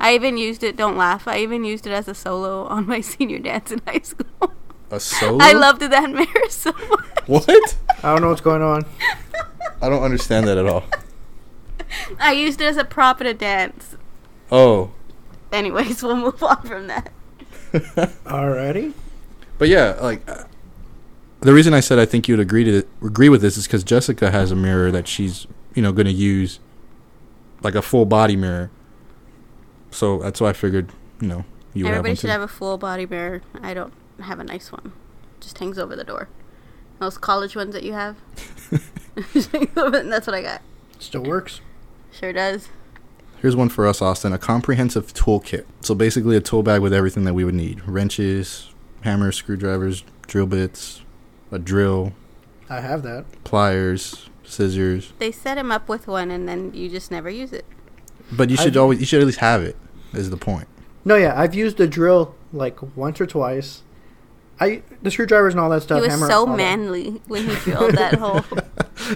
[SPEAKER 2] I even used it. Don't laugh. I even used it as a solo on my senior dance in high school.
[SPEAKER 1] A solo?
[SPEAKER 2] I loved that mirror so much.
[SPEAKER 1] What?
[SPEAKER 3] I don't know what's going on.
[SPEAKER 1] I don't understand that at all.
[SPEAKER 2] I used it as a prop in a dance.
[SPEAKER 1] Oh.
[SPEAKER 2] Anyways, we'll move on from that.
[SPEAKER 3] Alrighty.
[SPEAKER 1] But yeah, like uh, the reason I said I think you'd agree to agree with this is because Jessica has a mirror that she's you know going to use, like a full body mirror. So that's why I figured you know you would
[SPEAKER 2] Everybody
[SPEAKER 1] have one
[SPEAKER 2] should
[SPEAKER 1] too.
[SPEAKER 2] have a full body mirror. I don't have a nice one. Just hangs over the door. Those college ones that you have. Just hangs over- and That's what I got.
[SPEAKER 3] Still works.
[SPEAKER 2] Sure does.
[SPEAKER 1] Here's one for us, Austin: a comprehensive toolkit. So basically, a tool bag with everything that we would need: wrenches, hammers, screwdrivers, drill bits, a drill,
[SPEAKER 3] I have that.
[SPEAKER 1] pliers, scissors.
[SPEAKER 2] They set him up with one, and then you just never use it.
[SPEAKER 1] But you should
[SPEAKER 3] I've-
[SPEAKER 1] always you should at least have it. Is the point?
[SPEAKER 3] No, yeah, I've used the drill like once or twice. I the screwdrivers and all that
[SPEAKER 2] He
[SPEAKER 3] stuff.
[SPEAKER 2] was
[SPEAKER 3] hammer,
[SPEAKER 2] so
[SPEAKER 3] all that.
[SPEAKER 2] manly when he drilled that hole.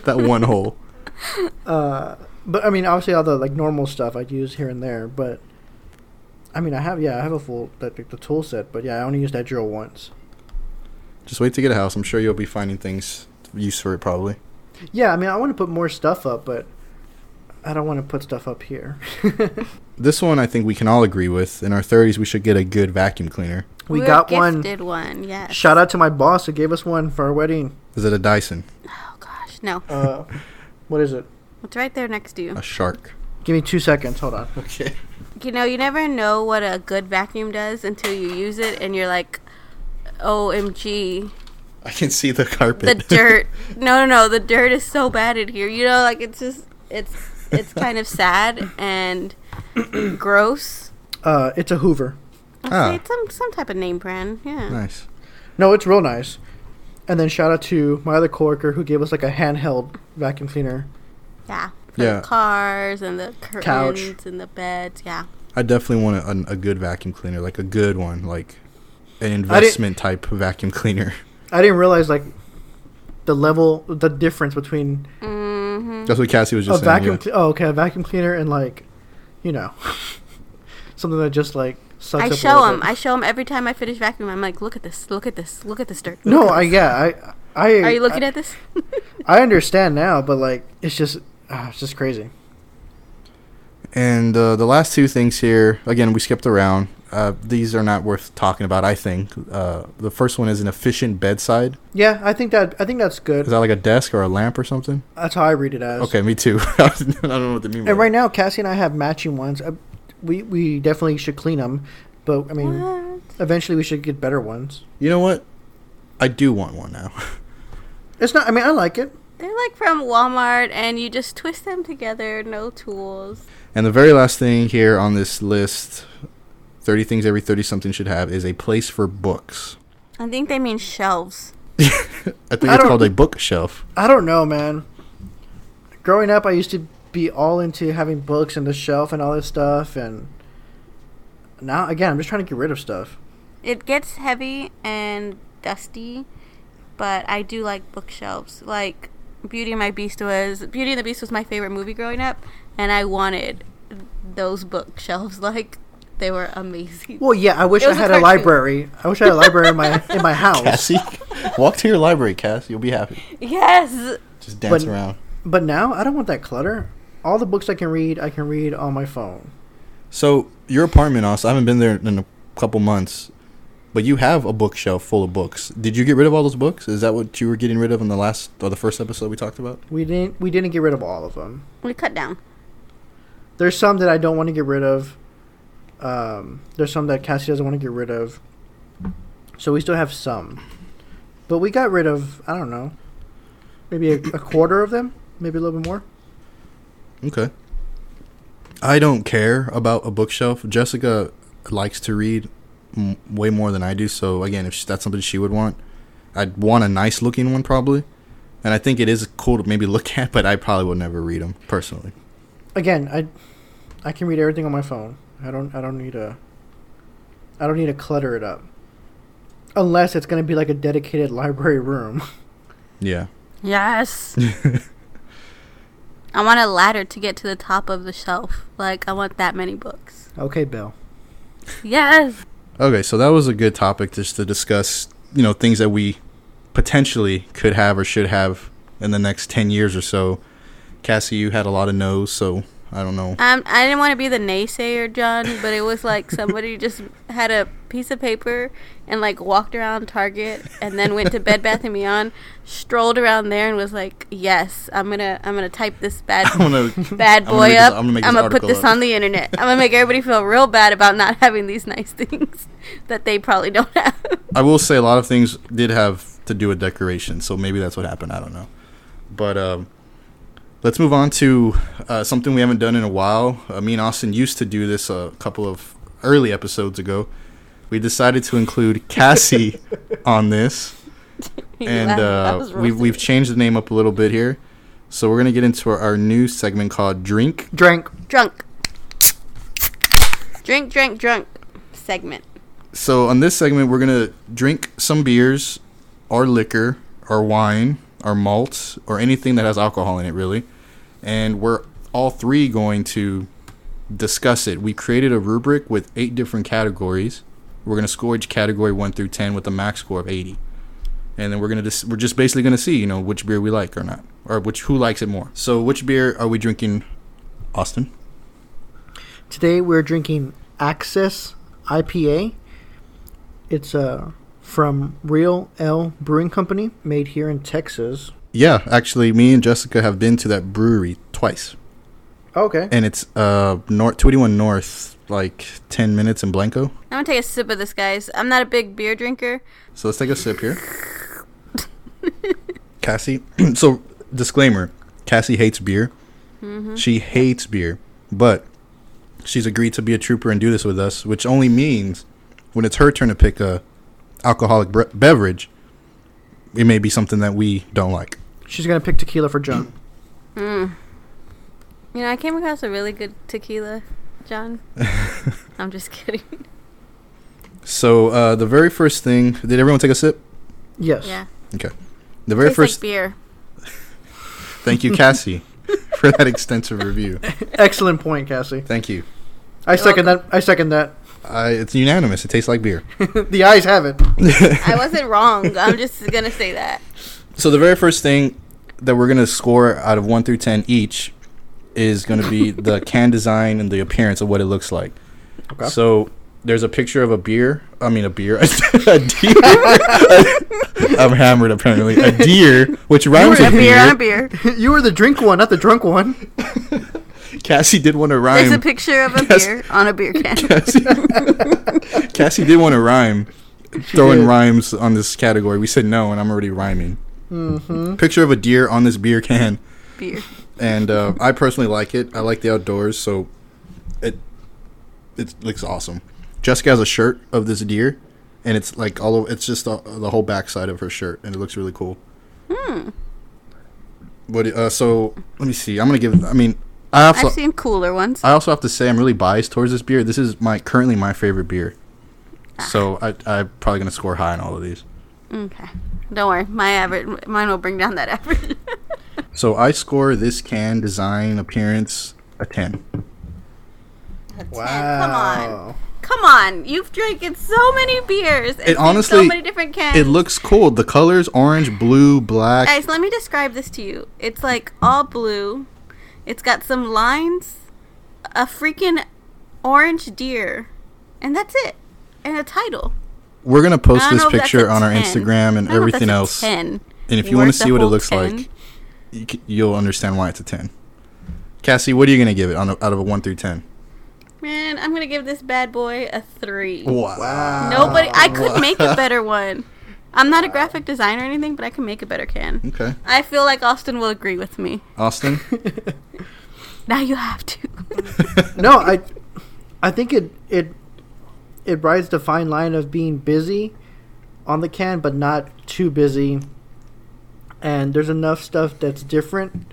[SPEAKER 1] that one hole.
[SPEAKER 3] Uh, but I mean, obviously, all the like normal stuff I'd use here and there. But I mean, I have yeah, I have a full like, like the tool set. But yeah, I only used that drill once.
[SPEAKER 1] Just wait to get a house. I'm sure you'll be finding things use for it probably.
[SPEAKER 3] Yeah, I mean, I want to put more stuff up, but I don't want to put stuff up here.
[SPEAKER 1] This one I think we can all agree with. In our 30s, we should get a good vacuum cleaner.
[SPEAKER 3] we
[SPEAKER 2] were
[SPEAKER 3] got one.
[SPEAKER 2] gifted one. Yes.
[SPEAKER 3] Shout out to my boss who gave us one for our wedding.
[SPEAKER 1] Is it a Dyson?
[SPEAKER 2] Oh gosh, no.
[SPEAKER 3] Uh, what is it?
[SPEAKER 2] It's right there next to you.
[SPEAKER 1] A shark?
[SPEAKER 3] Give me two seconds. Hold on.
[SPEAKER 1] Okay.
[SPEAKER 2] You know, you never know what a good vacuum does until you use it, and you're like, "OMG,
[SPEAKER 1] I can see the
[SPEAKER 2] the
[SPEAKER 1] carpet.
[SPEAKER 2] dirt!" No, no, no. The dirt is so bad in here. You know, like it's just it's it's kind of sad and gross.
[SPEAKER 3] Uh, it's a Hoover.
[SPEAKER 2] I'd
[SPEAKER 1] Ah.
[SPEAKER 2] say it's some some type of name brand. Yeah.
[SPEAKER 1] nice.
[SPEAKER 3] No, it's real nice. And then shout out to my other coworker who gave us like a handheld vacuum cleaner.
[SPEAKER 2] Yeah. For
[SPEAKER 1] Yeah.
[SPEAKER 2] the cars and the curtains
[SPEAKER 3] Couch.
[SPEAKER 2] and the beds. Yeah.
[SPEAKER 1] I definitely want a, a, a good vacuum cleaner, like a good one, like an investment type vacuum cleaner.
[SPEAKER 3] I didn't realize like the level, the difference between
[SPEAKER 2] hmm
[SPEAKER 1] That's what Cassie was
[SPEAKER 3] a
[SPEAKER 1] just saying.
[SPEAKER 3] vacuum.
[SPEAKER 1] yeah.
[SPEAKER 3] cle- oh, okay, a vacuum cleaner and like, you know, something that just like sucks
[SPEAKER 2] I
[SPEAKER 3] up a
[SPEAKER 2] show
[SPEAKER 3] little
[SPEAKER 2] him.
[SPEAKER 3] bit.
[SPEAKER 2] I show him every time I finish vacuuming. I'm like, look at this. Look at this. Look at this dirt.
[SPEAKER 3] no, I yeah, I I
[SPEAKER 2] Are you looking
[SPEAKER 3] I,
[SPEAKER 2] at this?
[SPEAKER 3] I understand now, but like it's just ah, it's just crazy.
[SPEAKER 1] And uh, the last two things here, again, we skipped around. Uh, these are not worth talking about, I think. Uh, the first one is an efficient bedside.
[SPEAKER 3] Yeah, I think that I think that's good.
[SPEAKER 1] Is that like a desk or a lamp or something?
[SPEAKER 3] That's how I read it as.
[SPEAKER 1] Okay, me too. I don't know what they mean. by
[SPEAKER 3] And right now, Cassie and I have matching ones. Uh, we we definitely should clean them, but I mean,
[SPEAKER 2] What?
[SPEAKER 3] eventually we should get better ones.
[SPEAKER 1] You know what? I do want one now.
[SPEAKER 3] It's not. I mean, I like it.
[SPEAKER 2] They're like from Walmart, and you just twist them together. No tools.
[SPEAKER 1] and the very last thing here on this list 30 things every 30 something should have is a place for books.
[SPEAKER 2] I think they mean shelves.
[SPEAKER 1] I think
[SPEAKER 3] I
[SPEAKER 1] it's
[SPEAKER 3] don't-
[SPEAKER 1] called a bookshelf.
[SPEAKER 3] I don't know, man. Growing up, I used to be all into having books and the shelf and all this stuff, and now again, I'm just trying to get rid of stuff.
[SPEAKER 2] It gets heavy and dusty, but I do like bookshelves. Like Beauty and My Beast was Beauty and the Beast was my favorite movie growing up, and I wanted those bookshelves. Like they were amazing.
[SPEAKER 3] Well, yeah, I wish
[SPEAKER 2] It
[SPEAKER 3] I
[SPEAKER 2] was a
[SPEAKER 3] had a
[SPEAKER 2] cartoon.
[SPEAKER 3] library. I wish I had a library in my in my house.
[SPEAKER 1] Cassie, walk to your library, Cass. You'll be happy.
[SPEAKER 2] Yes.
[SPEAKER 1] Just dance
[SPEAKER 3] But-
[SPEAKER 1] around.
[SPEAKER 3] But now, I don't want that clutter. All the books I can read, I can read on my phone.
[SPEAKER 1] So, your apartment, also, I haven't been there in a couple months, but you have a bookshelf full of books. Did you get rid of all those books? Is that what you were getting rid of in the last or the first episode we talked about?
[SPEAKER 3] We didn't we didn't get rid of all of them.
[SPEAKER 2] We cut down.
[SPEAKER 3] There's some that I don't want to get rid of. Um, there's some that Cassie doesn't want to get rid of. So we still have some. But we got rid of, I don't know, maybe a, a quarter of them, maybe a little bit more.
[SPEAKER 1] Okay. I don't care about a bookshelf. Jessica likes to read m- way more than I do. So again, if sh that's something she would want, I'd want a nice looking one probably. And I think it is cool to maybe look at, but I probably would never read them personally.
[SPEAKER 3] Again, I I can read everything on my phone. I don't I don't need to I don't need to clutter it up. Unless it's going to be like a dedicated library room.
[SPEAKER 1] Yeah.
[SPEAKER 2] Yes. I want a ladder to get to the top of the shelf. Like I want that many books.
[SPEAKER 3] Okay, Bill.
[SPEAKER 2] Yes.
[SPEAKER 1] Okay, so that was a good topic just to discuss, you know, things that we potentially could have or should have in the next 10 years or so. Cassie, you had a lot of no's, so I don't know.
[SPEAKER 2] Um, I didn't want to be the naysayer, John, but it was like somebody just had a piece of paper and like walked around Target and then went to Bed Bath and Beyond, strolled around there and was like, "Yes, I'm gonna, I'm gonna type this bad,
[SPEAKER 1] I'm gonna-
[SPEAKER 2] bad
[SPEAKER 1] I'm gonna
[SPEAKER 2] boy
[SPEAKER 1] make this-
[SPEAKER 2] up.
[SPEAKER 1] I'm gonna make
[SPEAKER 2] I'm
[SPEAKER 1] this
[SPEAKER 2] gonna put
[SPEAKER 1] article
[SPEAKER 2] this
[SPEAKER 1] up."
[SPEAKER 2] on the internet. I'm gonna make everybody feel real bad about not having these nice things that they probably don't have."
[SPEAKER 1] I will say a lot of things did have to do with decoration, so maybe that's what happened. I don't know. But um, let's move on to uh, something we haven't done in a while. Uh, me and Austin used to do this a couple of early episodes ago. We decided to include Cassie on this,
[SPEAKER 2] He
[SPEAKER 1] and
[SPEAKER 2] laughed. I
[SPEAKER 1] uh,
[SPEAKER 2] was
[SPEAKER 1] we've,
[SPEAKER 2] roasting
[SPEAKER 1] we've
[SPEAKER 2] it.
[SPEAKER 1] changed the name up a little bit here. So we're gonna get into our, our new segment called "Drink."
[SPEAKER 3] Drink.
[SPEAKER 2] drunk, drink, drink, drunk segment.
[SPEAKER 1] So on this segment, we're gonna drink some beers, our liquor, our wine, our malts, or anything that has alcohol in it, really. And we're all three going to discuss it. We created a rubric with eight different categories. We're gonna score each category one through ten with a max score of eighty, and then we're gonna dis- we're just basically gonna see you know which beer we like or not, or which who likes it more. So which beer are we drinking, Austin?
[SPEAKER 3] Today we're drinking Access IPA. It's uh, from Real L Brewing Company, made here in Texas.
[SPEAKER 1] Yeah, actually, me and Jessica have been to that brewery twice.
[SPEAKER 3] Okay.
[SPEAKER 1] and it's uh north 21 north like 10 minutes in blanco
[SPEAKER 2] I'm gonna take a sip of this, guys. I'm not a big beer drinker.
[SPEAKER 1] so let's take a sip here cassie so disclaimer cassie hates beer she hates beer but she's agreed to be a trooper and do this with us which only means when it's her turn to pick a alcoholic bre- beverage it may be something that we don't like
[SPEAKER 3] She's going to pick tequila for John.
[SPEAKER 2] Hmm. You know, I came across a really good tequila, John. I'm just kidding.
[SPEAKER 1] so uh, the very first thing did everyone take a sip
[SPEAKER 3] Yes.
[SPEAKER 2] Yeah,
[SPEAKER 1] okay the very
[SPEAKER 2] tastes
[SPEAKER 1] first
[SPEAKER 2] like beer.
[SPEAKER 1] Thank you, Cassie, for that extensive review.
[SPEAKER 3] Excellent point, Cassie.
[SPEAKER 1] Thank you.
[SPEAKER 3] I
[SPEAKER 2] You're
[SPEAKER 3] second that. I second that.
[SPEAKER 1] I, it's unanimous. It tastes like beer.
[SPEAKER 3] the eyes have it.
[SPEAKER 2] I wasn't wrong. I'm just gonna say that.
[SPEAKER 1] So the very first thing that we're gonna score out of one through ten each is gonna be the can design and the appearance of what it looks like.
[SPEAKER 3] Okay.
[SPEAKER 1] So there's a picture of a beer. I mean, a beer. a deer. I'm hammered apparently. A deer, which rhymes
[SPEAKER 2] A
[SPEAKER 1] with
[SPEAKER 2] beer on a
[SPEAKER 1] beer.
[SPEAKER 2] beer.
[SPEAKER 3] you were the drink one, not the drunk one.
[SPEAKER 1] Cassie did want to
[SPEAKER 2] There's a
[SPEAKER 1] rhyme.
[SPEAKER 2] picture of a
[SPEAKER 1] Yes.
[SPEAKER 2] beer on a beer can.
[SPEAKER 1] Cassie, Cassie did want to rhyme, throwing
[SPEAKER 3] did.
[SPEAKER 1] rhymes on this category. We said no, and I'm already rhyming.
[SPEAKER 2] Mm-hmm.
[SPEAKER 1] Picture of a deer on this beer can,
[SPEAKER 2] Beer.
[SPEAKER 1] and uh, I personally like it. I like the outdoors, so it it looks awesome. Jessica has a shirt of this deer, and it's like all over. It's just uh, the whole backside of her shirt, and it looks really cool. Hmm. What? Uh, so let me see. I'm gonna give. I mean, I have to.
[SPEAKER 2] I've seen cooler ones.
[SPEAKER 1] I also have to say I'm really biased towards this beer. This is my currently my favorite beer. So I I'm probably gonna score high on all of these.
[SPEAKER 2] Okay. Don't worry, my average, mine will bring down that average.
[SPEAKER 1] So I score this can design appearance a ten.
[SPEAKER 2] Come on, come on! You've drinking so many beers. and seen so
[SPEAKER 1] honestly-
[SPEAKER 2] many different cans.
[SPEAKER 1] It looks cool. The colors orange, blue, black.
[SPEAKER 2] Guys, let me describe this to you. It's like all blue. It's got some lines, a freaking orange deer, and that's it. And a title.
[SPEAKER 1] We're gonna
[SPEAKER 2] I
[SPEAKER 1] post
[SPEAKER 2] don't
[SPEAKER 1] this
[SPEAKER 2] know if that's
[SPEAKER 1] picture
[SPEAKER 2] a
[SPEAKER 1] on our
[SPEAKER 2] 10.
[SPEAKER 1] Instagram and
[SPEAKER 2] I don't know if
[SPEAKER 1] everything
[SPEAKER 2] that's
[SPEAKER 1] else.
[SPEAKER 2] a 10.
[SPEAKER 1] And if you want to
[SPEAKER 2] Worth the
[SPEAKER 1] see what it
[SPEAKER 2] whole
[SPEAKER 1] looks
[SPEAKER 2] 10.
[SPEAKER 1] like, you c- you'll understand why it's a ten. Cassie, what are you gonna give it on a, out of a one through ten?
[SPEAKER 2] man, I'm gonna give this bad boy a three.
[SPEAKER 1] Wow.
[SPEAKER 2] Nobody, I could make a better one. I'm not a graphic designer or anything, but I can make a better can.
[SPEAKER 1] Okay,
[SPEAKER 2] I feel like Austin will agree with me.
[SPEAKER 1] Austin.
[SPEAKER 2] Now you have to.
[SPEAKER 3] No, I, I think it it, it rides the fine line of being busy, on the can, but not too busy. And there's enough stuff that's different,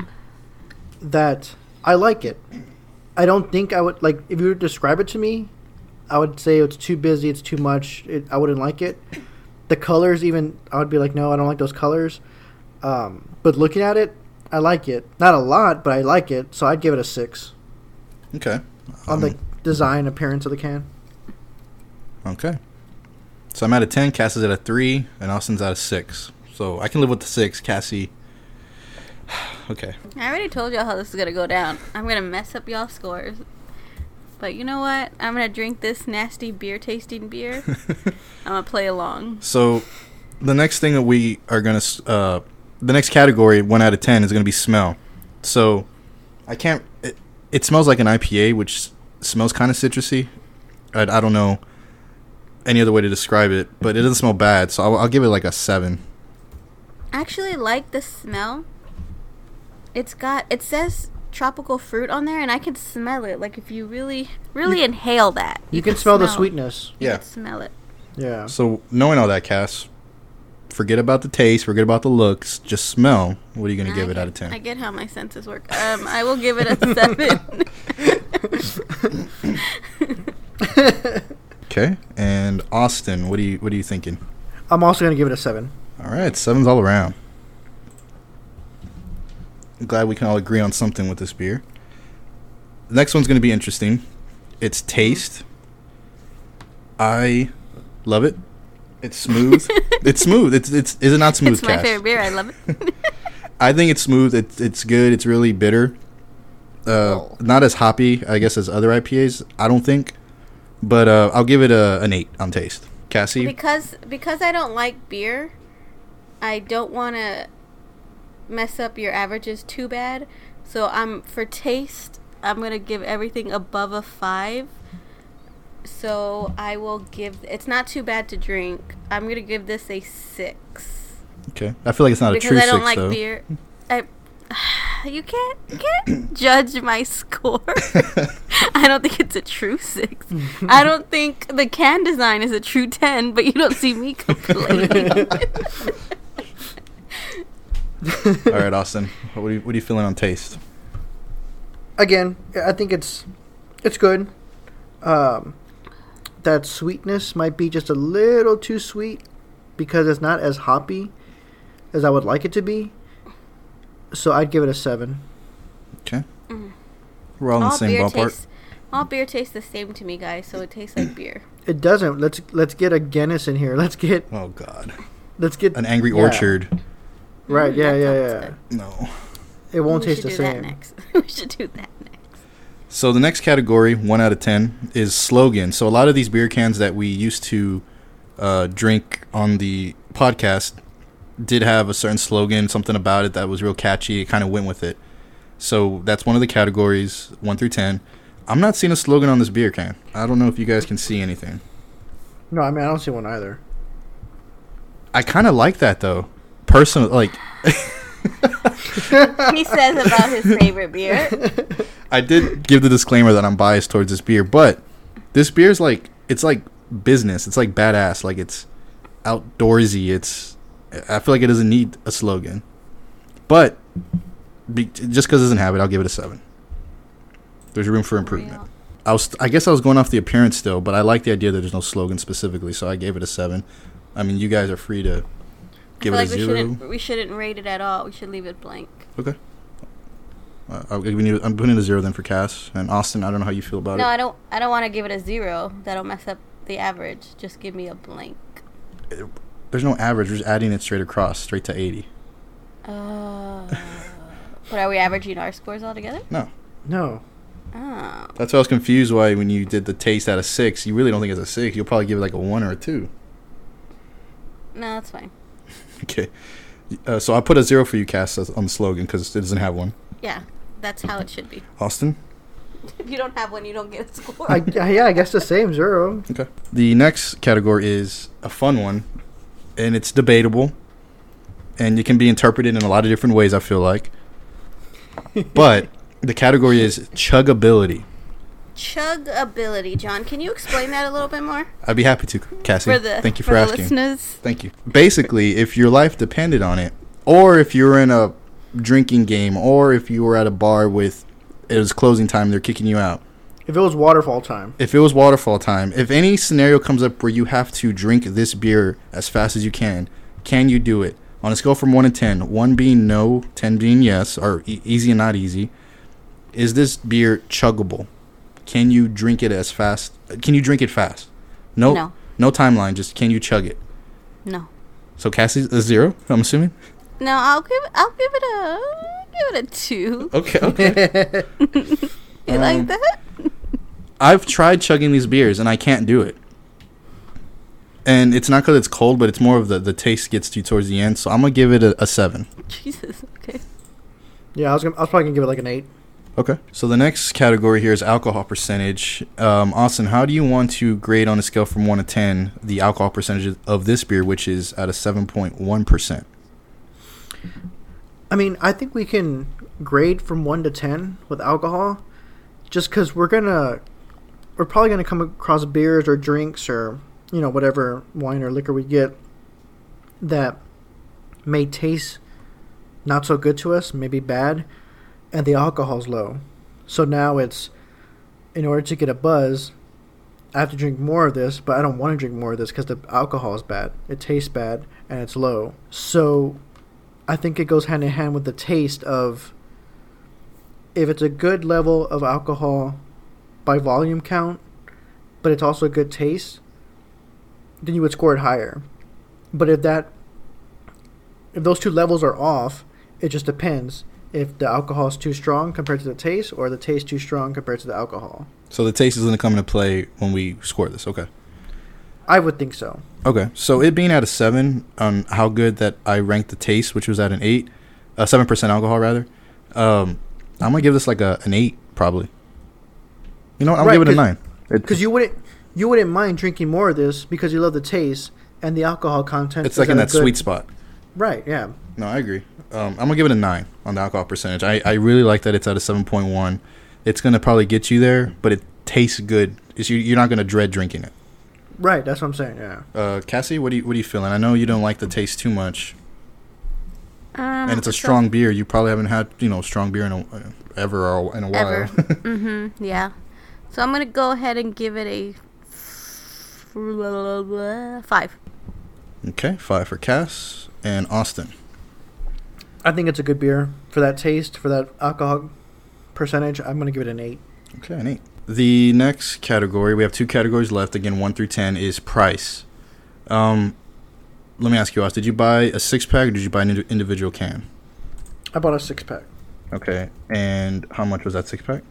[SPEAKER 3] that I like it. I don't think I would like if you were to describe it to me, I would say it's too busy, it's too much. It, I wouldn't like it. The colors, even I would be like, no, I don't like those colors. Um, but looking at it, I like it. Not a lot, but I like it. So I'd give it a six
[SPEAKER 1] Okay.
[SPEAKER 3] on
[SPEAKER 1] Um,
[SPEAKER 3] the design appearance of the can.
[SPEAKER 1] Okay. So I'm at a 10, Cass is at a 3, and Austin's at a 6. So I can live with the 6, Cassie. okay.
[SPEAKER 2] I already told y'all how this is gonna go down. I'm gonna mess up y'all scores. But you know what? I'm gonna drink this nasty beer tasting beer. I'm gonna play along.
[SPEAKER 1] So the next thing that we are going to, uh, the next category, 1 out of 10, is going to be smell. So I can't, it, it smells like an IPA, which s- smells kind of citrusy. I, I don't know any other way to describe it, but it doesn't smell bad. So I'll, I'll give it like a 7.
[SPEAKER 2] I actually like the smell. It's got it says tropical fruit on there and I can smell it. Like if you really really inhale that.
[SPEAKER 3] You, can, smell, the
[SPEAKER 2] it.
[SPEAKER 3] sweetness.
[SPEAKER 2] You
[SPEAKER 1] Yeah.
[SPEAKER 2] can smell it.
[SPEAKER 3] Yeah.
[SPEAKER 1] So knowing all that, Cass, forget about the taste, forget about the looks, just smell. What are you gonna
[SPEAKER 2] I
[SPEAKER 1] give it
[SPEAKER 2] get-
[SPEAKER 1] out of ten?
[SPEAKER 2] I get how my senses work. Um, I will give it a seven.
[SPEAKER 1] Okay. And Austin, what are you what are you thinking?
[SPEAKER 3] I'm also gonna give it a seven.
[SPEAKER 1] All right, sevens all around. I'm glad we can all agree on something with this beer. The next one's gonna be interesting. It's taste. I love it. It's smooth. it's smooth. It's it's is it not smooth?
[SPEAKER 2] it's my
[SPEAKER 1] Cass?
[SPEAKER 2] favorite beer. I love it.
[SPEAKER 1] I think it's smooth. It's it's good. It's really bitter. Uh,
[SPEAKER 2] Oh.
[SPEAKER 1] not as hoppy, I guess, as other IPAs. I don't think, but uh, I'll give it a, an eight on taste. Cassie,
[SPEAKER 2] because because I don't like beer, I don't want to mess up your averages too bad. So I'm for taste. I'm gonna give everything above a five. So I will give. It's not too bad to drink. I'm gonna give this a six.
[SPEAKER 1] okay. I feel like it's not a
[SPEAKER 2] because
[SPEAKER 1] true
[SPEAKER 2] I don't
[SPEAKER 1] six
[SPEAKER 2] like
[SPEAKER 1] though.
[SPEAKER 2] beer. I you can't you can't judge my score. I don't think it's a true six. I don't think the can design is a true ten, but you don't see me complaining.
[SPEAKER 1] all right, Austin, what are, you, what are you feeling on taste?
[SPEAKER 3] Again, I think it's it's good. Um, that sweetness might be just a little too sweet because it's not as hoppy as I would like it to be. So I'd give it a seven.
[SPEAKER 1] Okay, we're all in the same
[SPEAKER 2] Mm-hmm. beer
[SPEAKER 1] ballpark.
[SPEAKER 2] tastes all beer tastes the same to me, guys. So it tastes like beer.
[SPEAKER 3] It doesn't. Let's let's get a Guinness in here. Let's get
[SPEAKER 1] Oh God,
[SPEAKER 3] let's get
[SPEAKER 1] an angry
[SPEAKER 3] yeah.
[SPEAKER 1] orchard.
[SPEAKER 3] Right?
[SPEAKER 2] Mm,
[SPEAKER 3] Yeah,
[SPEAKER 2] that
[SPEAKER 3] yeah,
[SPEAKER 2] sounds
[SPEAKER 3] yeah.
[SPEAKER 2] good.
[SPEAKER 1] No.
[SPEAKER 3] It won't
[SPEAKER 2] we
[SPEAKER 3] taste
[SPEAKER 2] should
[SPEAKER 3] the
[SPEAKER 2] do
[SPEAKER 3] same.
[SPEAKER 2] That next. we should do that next.
[SPEAKER 1] So the next category, one out of ten, is slogan. So a lot of these beer cans that we used to uh, drink on the podcast did have a certain slogan, something about it that was real catchy. It kind of went with it. So that's one of the categories, one through ten. I'm not seeing a slogan on this beer can. I don't know if you guys can see anything.
[SPEAKER 3] No, I mean I don't see one either.
[SPEAKER 1] I kind of like that though, personally. Like
[SPEAKER 2] He says about his favorite beer.
[SPEAKER 1] I did give the disclaimer that I'm biased towards this beer, but this beer's like it's like business. It's like badass. Like it's outdoorsy. It's I feel like it doesn't need a slogan, but be, just because it doesn't have it, I'll give it a seven. There's room for improvement. I was I guess I was going off the appearance still, but I like the idea that there's no slogan specifically, so I gave it a seven. I mean, you guys are free to
[SPEAKER 2] I
[SPEAKER 1] give
[SPEAKER 2] feel
[SPEAKER 1] it a
[SPEAKER 2] like we
[SPEAKER 1] zero.
[SPEAKER 2] shouldn't we shouldn't rate it at all. We should leave it blank.
[SPEAKER 1] Okay. Uh, I'll give you, I'm putting it a zero then for Cass and Austin. I don't know how you feel about
[SPEAKER 2] No,
[SPEAKER 1] it.
[SPEAKER 2] I don't. I don't want to give it a zero. That'll mess up the average. Just give me a blank.
[SPEAKER 1] There's no average. We're just adding it straight across, straight to 80.
[SPEAKER 2] Oh. but are we averaging our scores all together?
[SPEAKER 1] No.
[SPEAKER 3] No.
[SPEAKER 2] Oh.
[SPEAKER 1] That's why I was confused why when you did the taste out of six, you really don't think it's a six. You'll probably give it like a one or a two.
[SPEAKER 2] No, that's fine.
[SPEAKER 1] Okay. Uh, so I put a zero for you, Cass, as- on the slogan because it doesn't have one.
[SPEAKER 2] Yeah, that's how it should be.
[SPEAKER 1] Austin?
[SPEAKER 2] If you don't have one, you don't get a score.
[SPEAKER 3] I, yeah, I guess the same zero.
[SPEAKER 1] Okay. The next category is a fun one, and it's debatable, and it can be interpreted in a lot of different ways, I feel like. But the category is chuggability.
[SPEAKER 2] Chug ability, John. Can you explain that a little bit more
[SPEAKER 1] I'd be happy to, Cassie.
[SPEAKER 2] for the
[SPEAKER 1] Thank you for,
[SPEAKER 2] the
[SPEAKER 1] asking.
[SPEAKER 2] listeners?
[SPEAKER 1] Thank you. Basically, if your life depended on it, or if you were in a drinking game, or if you were at a bar with it was closing time, they're kicking you out.
[SPEAKER 3] If it was waterfall time,
[SPEAKER 1] If it was waterfall time, if any scenario comes up where you have to drink this beer as fast as you can, can you do it? On a scale from 1 to 10, 1 being no, 10 being yes, or e- easy and not easy, is this beer chuggable? Can you drink it as fast? Can you drink it fast? No.
[SPEAKER 2] No.
[SPEAKER 1] No, timeline, just can you chug it?
[SPEAKER 2] No.
[SPEAKER 1] So Cassie's a 0, I'm assuming?
[SPEAKER 2] No, I'll give I'll give it a give it a two.
[SPEAKER 1] Okay, okay.
[SPEAKER 3] yeah,
[SPEAKER 1] Um,
[SPEAKER 2] You like that?
[SPEAKER 1] I've tried chugging these beers and I can't do it. And it's not because it's cold, but it's more of the, the taste gets to you towards the end. So I'm going to give it a, a 7.
[SPEAKER 2] Jesus. Okay.
[SPEAKER 3] I was gonna, I was probably gonna give it like an eight.
[SPEAKER 1] Okay. So the next category here is alcohol percentage. Um, Austin, how do you want to grade on a scale from 1 to 10 the alcohol percentage of this beer, which is at a 7.1%?
[SPEAKER 3] I mean, I think we can grade from one to ten with alcohol, just because we're gonna, we're probably gonna come across beers or drinks or you know whatever wine or liquor we get that may taste not so good to us, maybe bad, and the alcohol's low. So now it's, in order to get a buzz, I have to drink more of this, but I don't want to drink more of this because the alcohol is bad. It tastes bad and it's low. So I think it goes hand in hand with the taste of if it's a good level of alcohol by volume count, but it's also a good taste, then you would score it higher. But if that if those two levels are off, it just depends if the alcohol is too strong compared to the taste or the taste too strong compared to the alcohol.
[SPEAKER 1] So the taste is going to come into play when we score this. Okay.
[SPEAKER 3] I would think so.
[SPEAKER 1] Okay. So it being at a 7 on how good that I ranked the taste, which was at an 8, uh, 7% alcohol, rather, um, I'm going to give this like a, an 8, probably. You know what? I'll
[SPEAKER 3] Right,
[SPEAKER 1] give it a
[SPEAKER 3] 'cause-
[SPEAKER 1] 9. It-
[SPEAKER 3] Because you wouldn't you wouldn't mind drinking more of this because you love the taste and the alcohol content.
[SPEAKER 1] it's
[SPEAKER 3] is
[SPEAKER 1] like in
[SPEAKER 3] at a
[SPEAKER 1] that
[SPEAKER 3] good-
[SPEAKER 1] sweet spot.
[SPEAKER 3] Right. Yeah.
[SPEAKER 1] No, I agree. Um, I'm gonna give it a nine on the alcohol percentage. I, I really like that it's at a seven point one. It's gonna probably get you there, but it tastes good. It's, you, you're not gonna dread drinking it.
[SPEAKER 3] Right. That's what I'm saying. Yeah.
[SPEAKER 1] Uh, Cassie, what do you what are you feeling? I know you don't like the taste too much,
[SPEAKER 2] Um,
[SPEAKER 1] and it's a strong beer. You probably haven't had you know strong beer in a, uh, ever or in a while.
[SPEAKER 2] Ever. mm-hmm. Yeah. So I'm gonna go ahead and give it a five.
[SPEAKER 1] okay, five for Cass and Austin.
[SPEAKER 3] I think it's a good beer for that taste, for that alcohol percentage. I'm gonna give it an eight.
[SPEAKER 1] Okay, neat. The next category, we have two categories left. Again, one through ten is price. Um, let me ask you, Austin, did you buy a six pack or did you buy an indi- individual can?
[SPEAKER 3] I bought a six pack.
[SPEAKER 1] Okay, and how much was that six pack?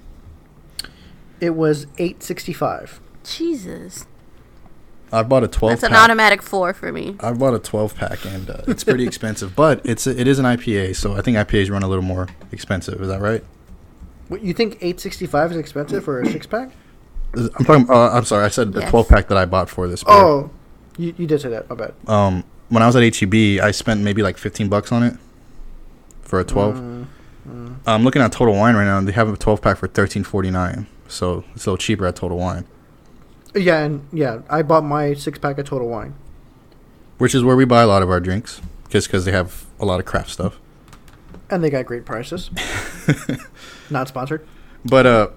[SPEAKER 3] It was eight sixty five.
[SPEAKER 2] Jesus.
[SPEAKER 1] I bought a twelve.
[SPEAKER 2] That's an
[SPEAKER 1] pack.
[SPEAKER 2] automatic four for me.
[SPEAKER 1] I bought a twelve pack, and uh, it's pretty expensive, but it's it is an IPA, so I think IPAs run a little more expensive. Is that right?
[SPEAKER 3] What you think eight sixty five is expensive for a six pack?
[SPEAKER 1] Is- I'm talking. Uh, I'm sorry, I said the
[SPEAKER 2] Yes.
[SPEAKER 1] twelve pack that I bought for this. beer.
[SPEAKER 3] Oh, you, you did say that. I bet.
[SPEAKER 1] Um, when I was at HEB, I spent maybe like fifteen bucks on it for a twelve. I'm looking at Total Wine right now, and they have a twelve pack for thirteen forty nine. So it's a little cheaper at Total Wine,
[SPEAKER 3] Yeah, and yeah, I bought my six pack of Total Wine.
[SPEAKER 1] which is where we buy a lot of our drinks, just because they have a lot of craft stuff.
[SPEAKER 3] And they got great prices. Not sponsored.
[SPEAKER 1] But uh,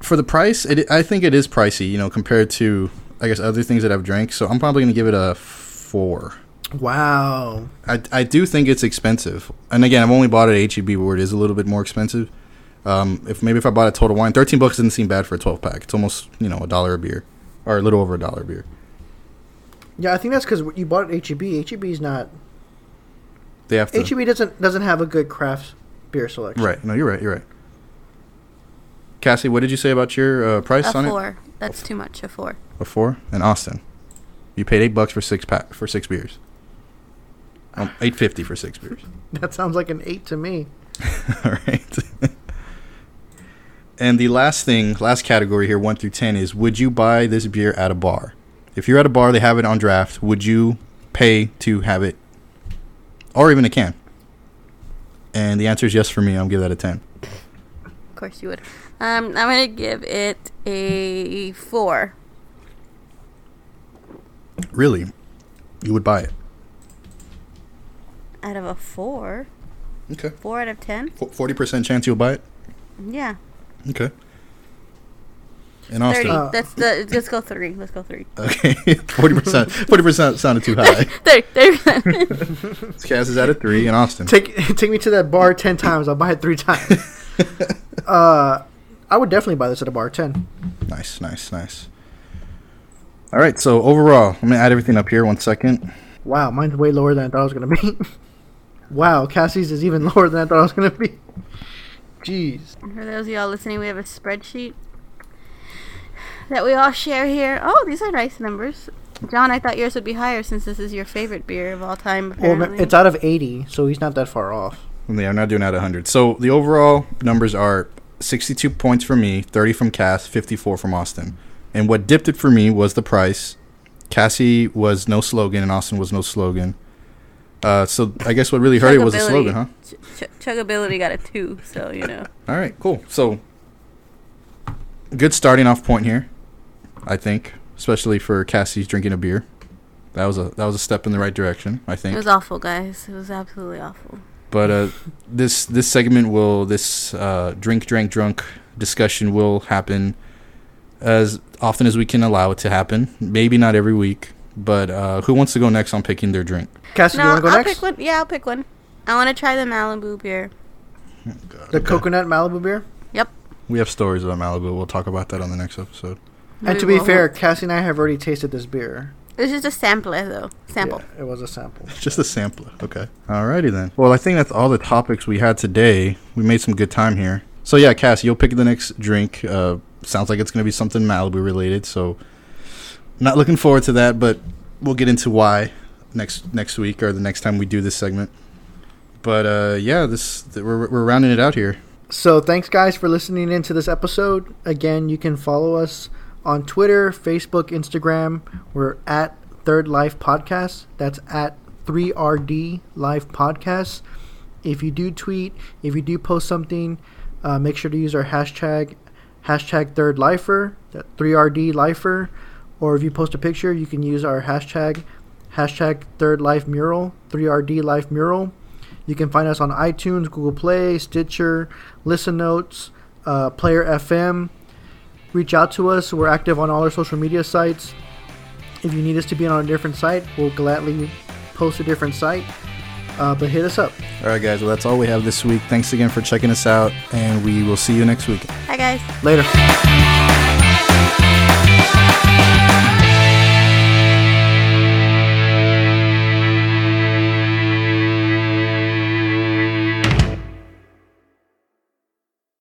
[SPEAKER 1] for the price, it I think it is pricey, you know, compared to I guess other things that I've drank. So I'm probably gonna give it a four.
[SPEAKER 3] Wow.
[SPEAKER 1] I, I do think it's expensive, and again, I've only bought it at HEB where it is a little bit more expensive. Um, if maybe if I bought a total wine, thirteen bucks doesn't seem bad for a twelve pack. It's almost you know a dollar a beer, or a little over a dollar a beer.
[SPEAKER 3] Yeah, I think that's because you bought E it at HEB. HEB's not.
[SPEAKER 1] They have to
[SPEAKER 3] HEB doesn't doesn't have a good craft beer selection.
[SPEAKER 1] right. No, you're right. You're right. Cassie, what did you say about your uh, price on
[SPEAKER 2] A
[SPEAKER 1] it?
[SPEAKER 2] four. That's too much. A four.
[SPEAKER 1] A four. And Austin, you paid eight bucks for six pack for six beers. Um, eight fifty for six beers.
[SPEAKER 3] That sounds like an eight to me.
[SPEAKER 1] All right. and the last thing, last category here, one through ten, is would you buy this beer at a bar? If you're at a bar, they have it on draft. Would you pay to have it, or even a can? And the answer is yes for me. I'll give that a ten.
[SPEAKER 2] Of course you would. Um, I'm gonna give it a four.
[SPEAKER 1] Really, you would buy it?
[SPEAKER 2] Out of a four.
[SPEAKER 1] Okay.
[SPEAKER 2] Four out of ten.
[SPEAKER 1] Forty percent chance you'll buy it.
[SPEAKER 2] Yeah.
[SPEAKER 1] Okay. in Austin.
[SPEAKER 2] 30.
[SPEAKER 3] Uh,
[SPEAKER 2] That's the. Let's go three. Let's go three.
[SPEAKER 1] Okay, forty percent. Forty percent sounded too high.
[SPEAKER 2] 30, 30.
[SPEAKER 1] Cass is at a three in Austin.
[SPEAKER 3] Take take me to that bar ten times. I'll buy it three times. uh, I would definitely buy this at a bar ten.
[SPEAKER 1] Nice, nice, nice. All right, so overall, I'm gonna add everything up here. One second.
[SPEAKER 3] Wow, mine's way lower than I thought it was gonna be. wow, Cassie's is even lower than I thought it was gonna be. Jeez.
[SPEAKER 2] For those of y'all listening, we have a spreadsheet that we all share here. Oh, these are nice numbers. John, I thought yours would be higher since this is your favorite beer of all time.
[SPEAKER 3] Well,
[SPEAKER 2] Apparently.
[SPEAKER 3] it's out of eighty, so he's not that far off.
[SPEAKER 1] Yeah, I'm not doing out of 100. So the overall numbers are 62 points for me, 30 from Cass, 54 from Austin. And what dipped it for me was the price. Cassie was no slogan, and Austin was no slogan. Uh, so I guess what really hurt it was the
[SPEAKER 2] Chuggability.
[SPEAKER 1] slogan, huh?
[SPEAKER 2] Ch- ch- Chuggability got a two, so you know.
[SPEAKER 1] All right, cool. So good starting off point here, I think, especially for Cassie's drinking a beer. That was a that was a step in the right direction, I think.
[SPEAKER 2] It was awful, guys. It was absolutely awful.
[SPEAKER 1] But uh, this this segment will this uh, drink drank drunk discussion will happen as often as we can allow it to happen. Maybe not every week, but uh, who wants to go next on picking their drink?
[SPEAKER 3] Cassie, do you
[SPEAKER 2] No,
[SPEAKER 3] want to go
[SPEAKER 2] I'll
[SPEAKER 3] next?
[SPEAKER 2] pick one. Yeah, I'll pick one. I want to try the Malibu beer.
[SPEAKER 3] The coconut Malibu beer.
[SPEAKER 1] We have stories about Malibu. We'll talk about that on the next episode.
[SPEAKER 3] And
[SPEAKER 2] We
[SPEAKER 3] to be
[SPEAKER 2] will.
[SPEAKER 3] fair, Cassie and I have already tasted this beer.
[SPEAKER 2] It's just a sampler, though. Sample.
[SPEAKER 3] Yeah, it was a sample.
[SPEAKER 1] Just a sampler. Okay. Alrighty then. Well, I think that's all the topics we had today. We made some good time here. So yeah, Cass, you'll pick the next drink. Uh, sounds like it's going to be something Malibu related. So not looking forward to that, but we'll get into why next next week or the next time we do this segment. But uh, yeah, this th- we're, we're rounding it out here.
[SPEAKER 3] So thanks guys for listening into this episode. Again, you can follow us on Twitter, Facebook, Instagram. We're at Third Life Podcast. That's at 3RD Live Podcast. If you do tweet, if you do post something, uh, make sure to use our hashtag hashtag Third Lifer, that 3RD Lifer. Or if you post a picture, you can use our hashtag hashtag Third Life Mural, 3RD Life Mural. You can find us on iTunes, Google Play, Stitcher, Listen Notes, uh, Player FM. Reach out to us. We're active on all our social media sites. If you need us to be on a different site, we'll gladly post a different site. Uh, but hit us up.
[SPEAKER 1] All right, guys. Well, that's all we have this week. Thanks again for checking us out, and we will see you next week.
[SPEAKER 2] Hi, guys.
[SPEAKER 3] Later.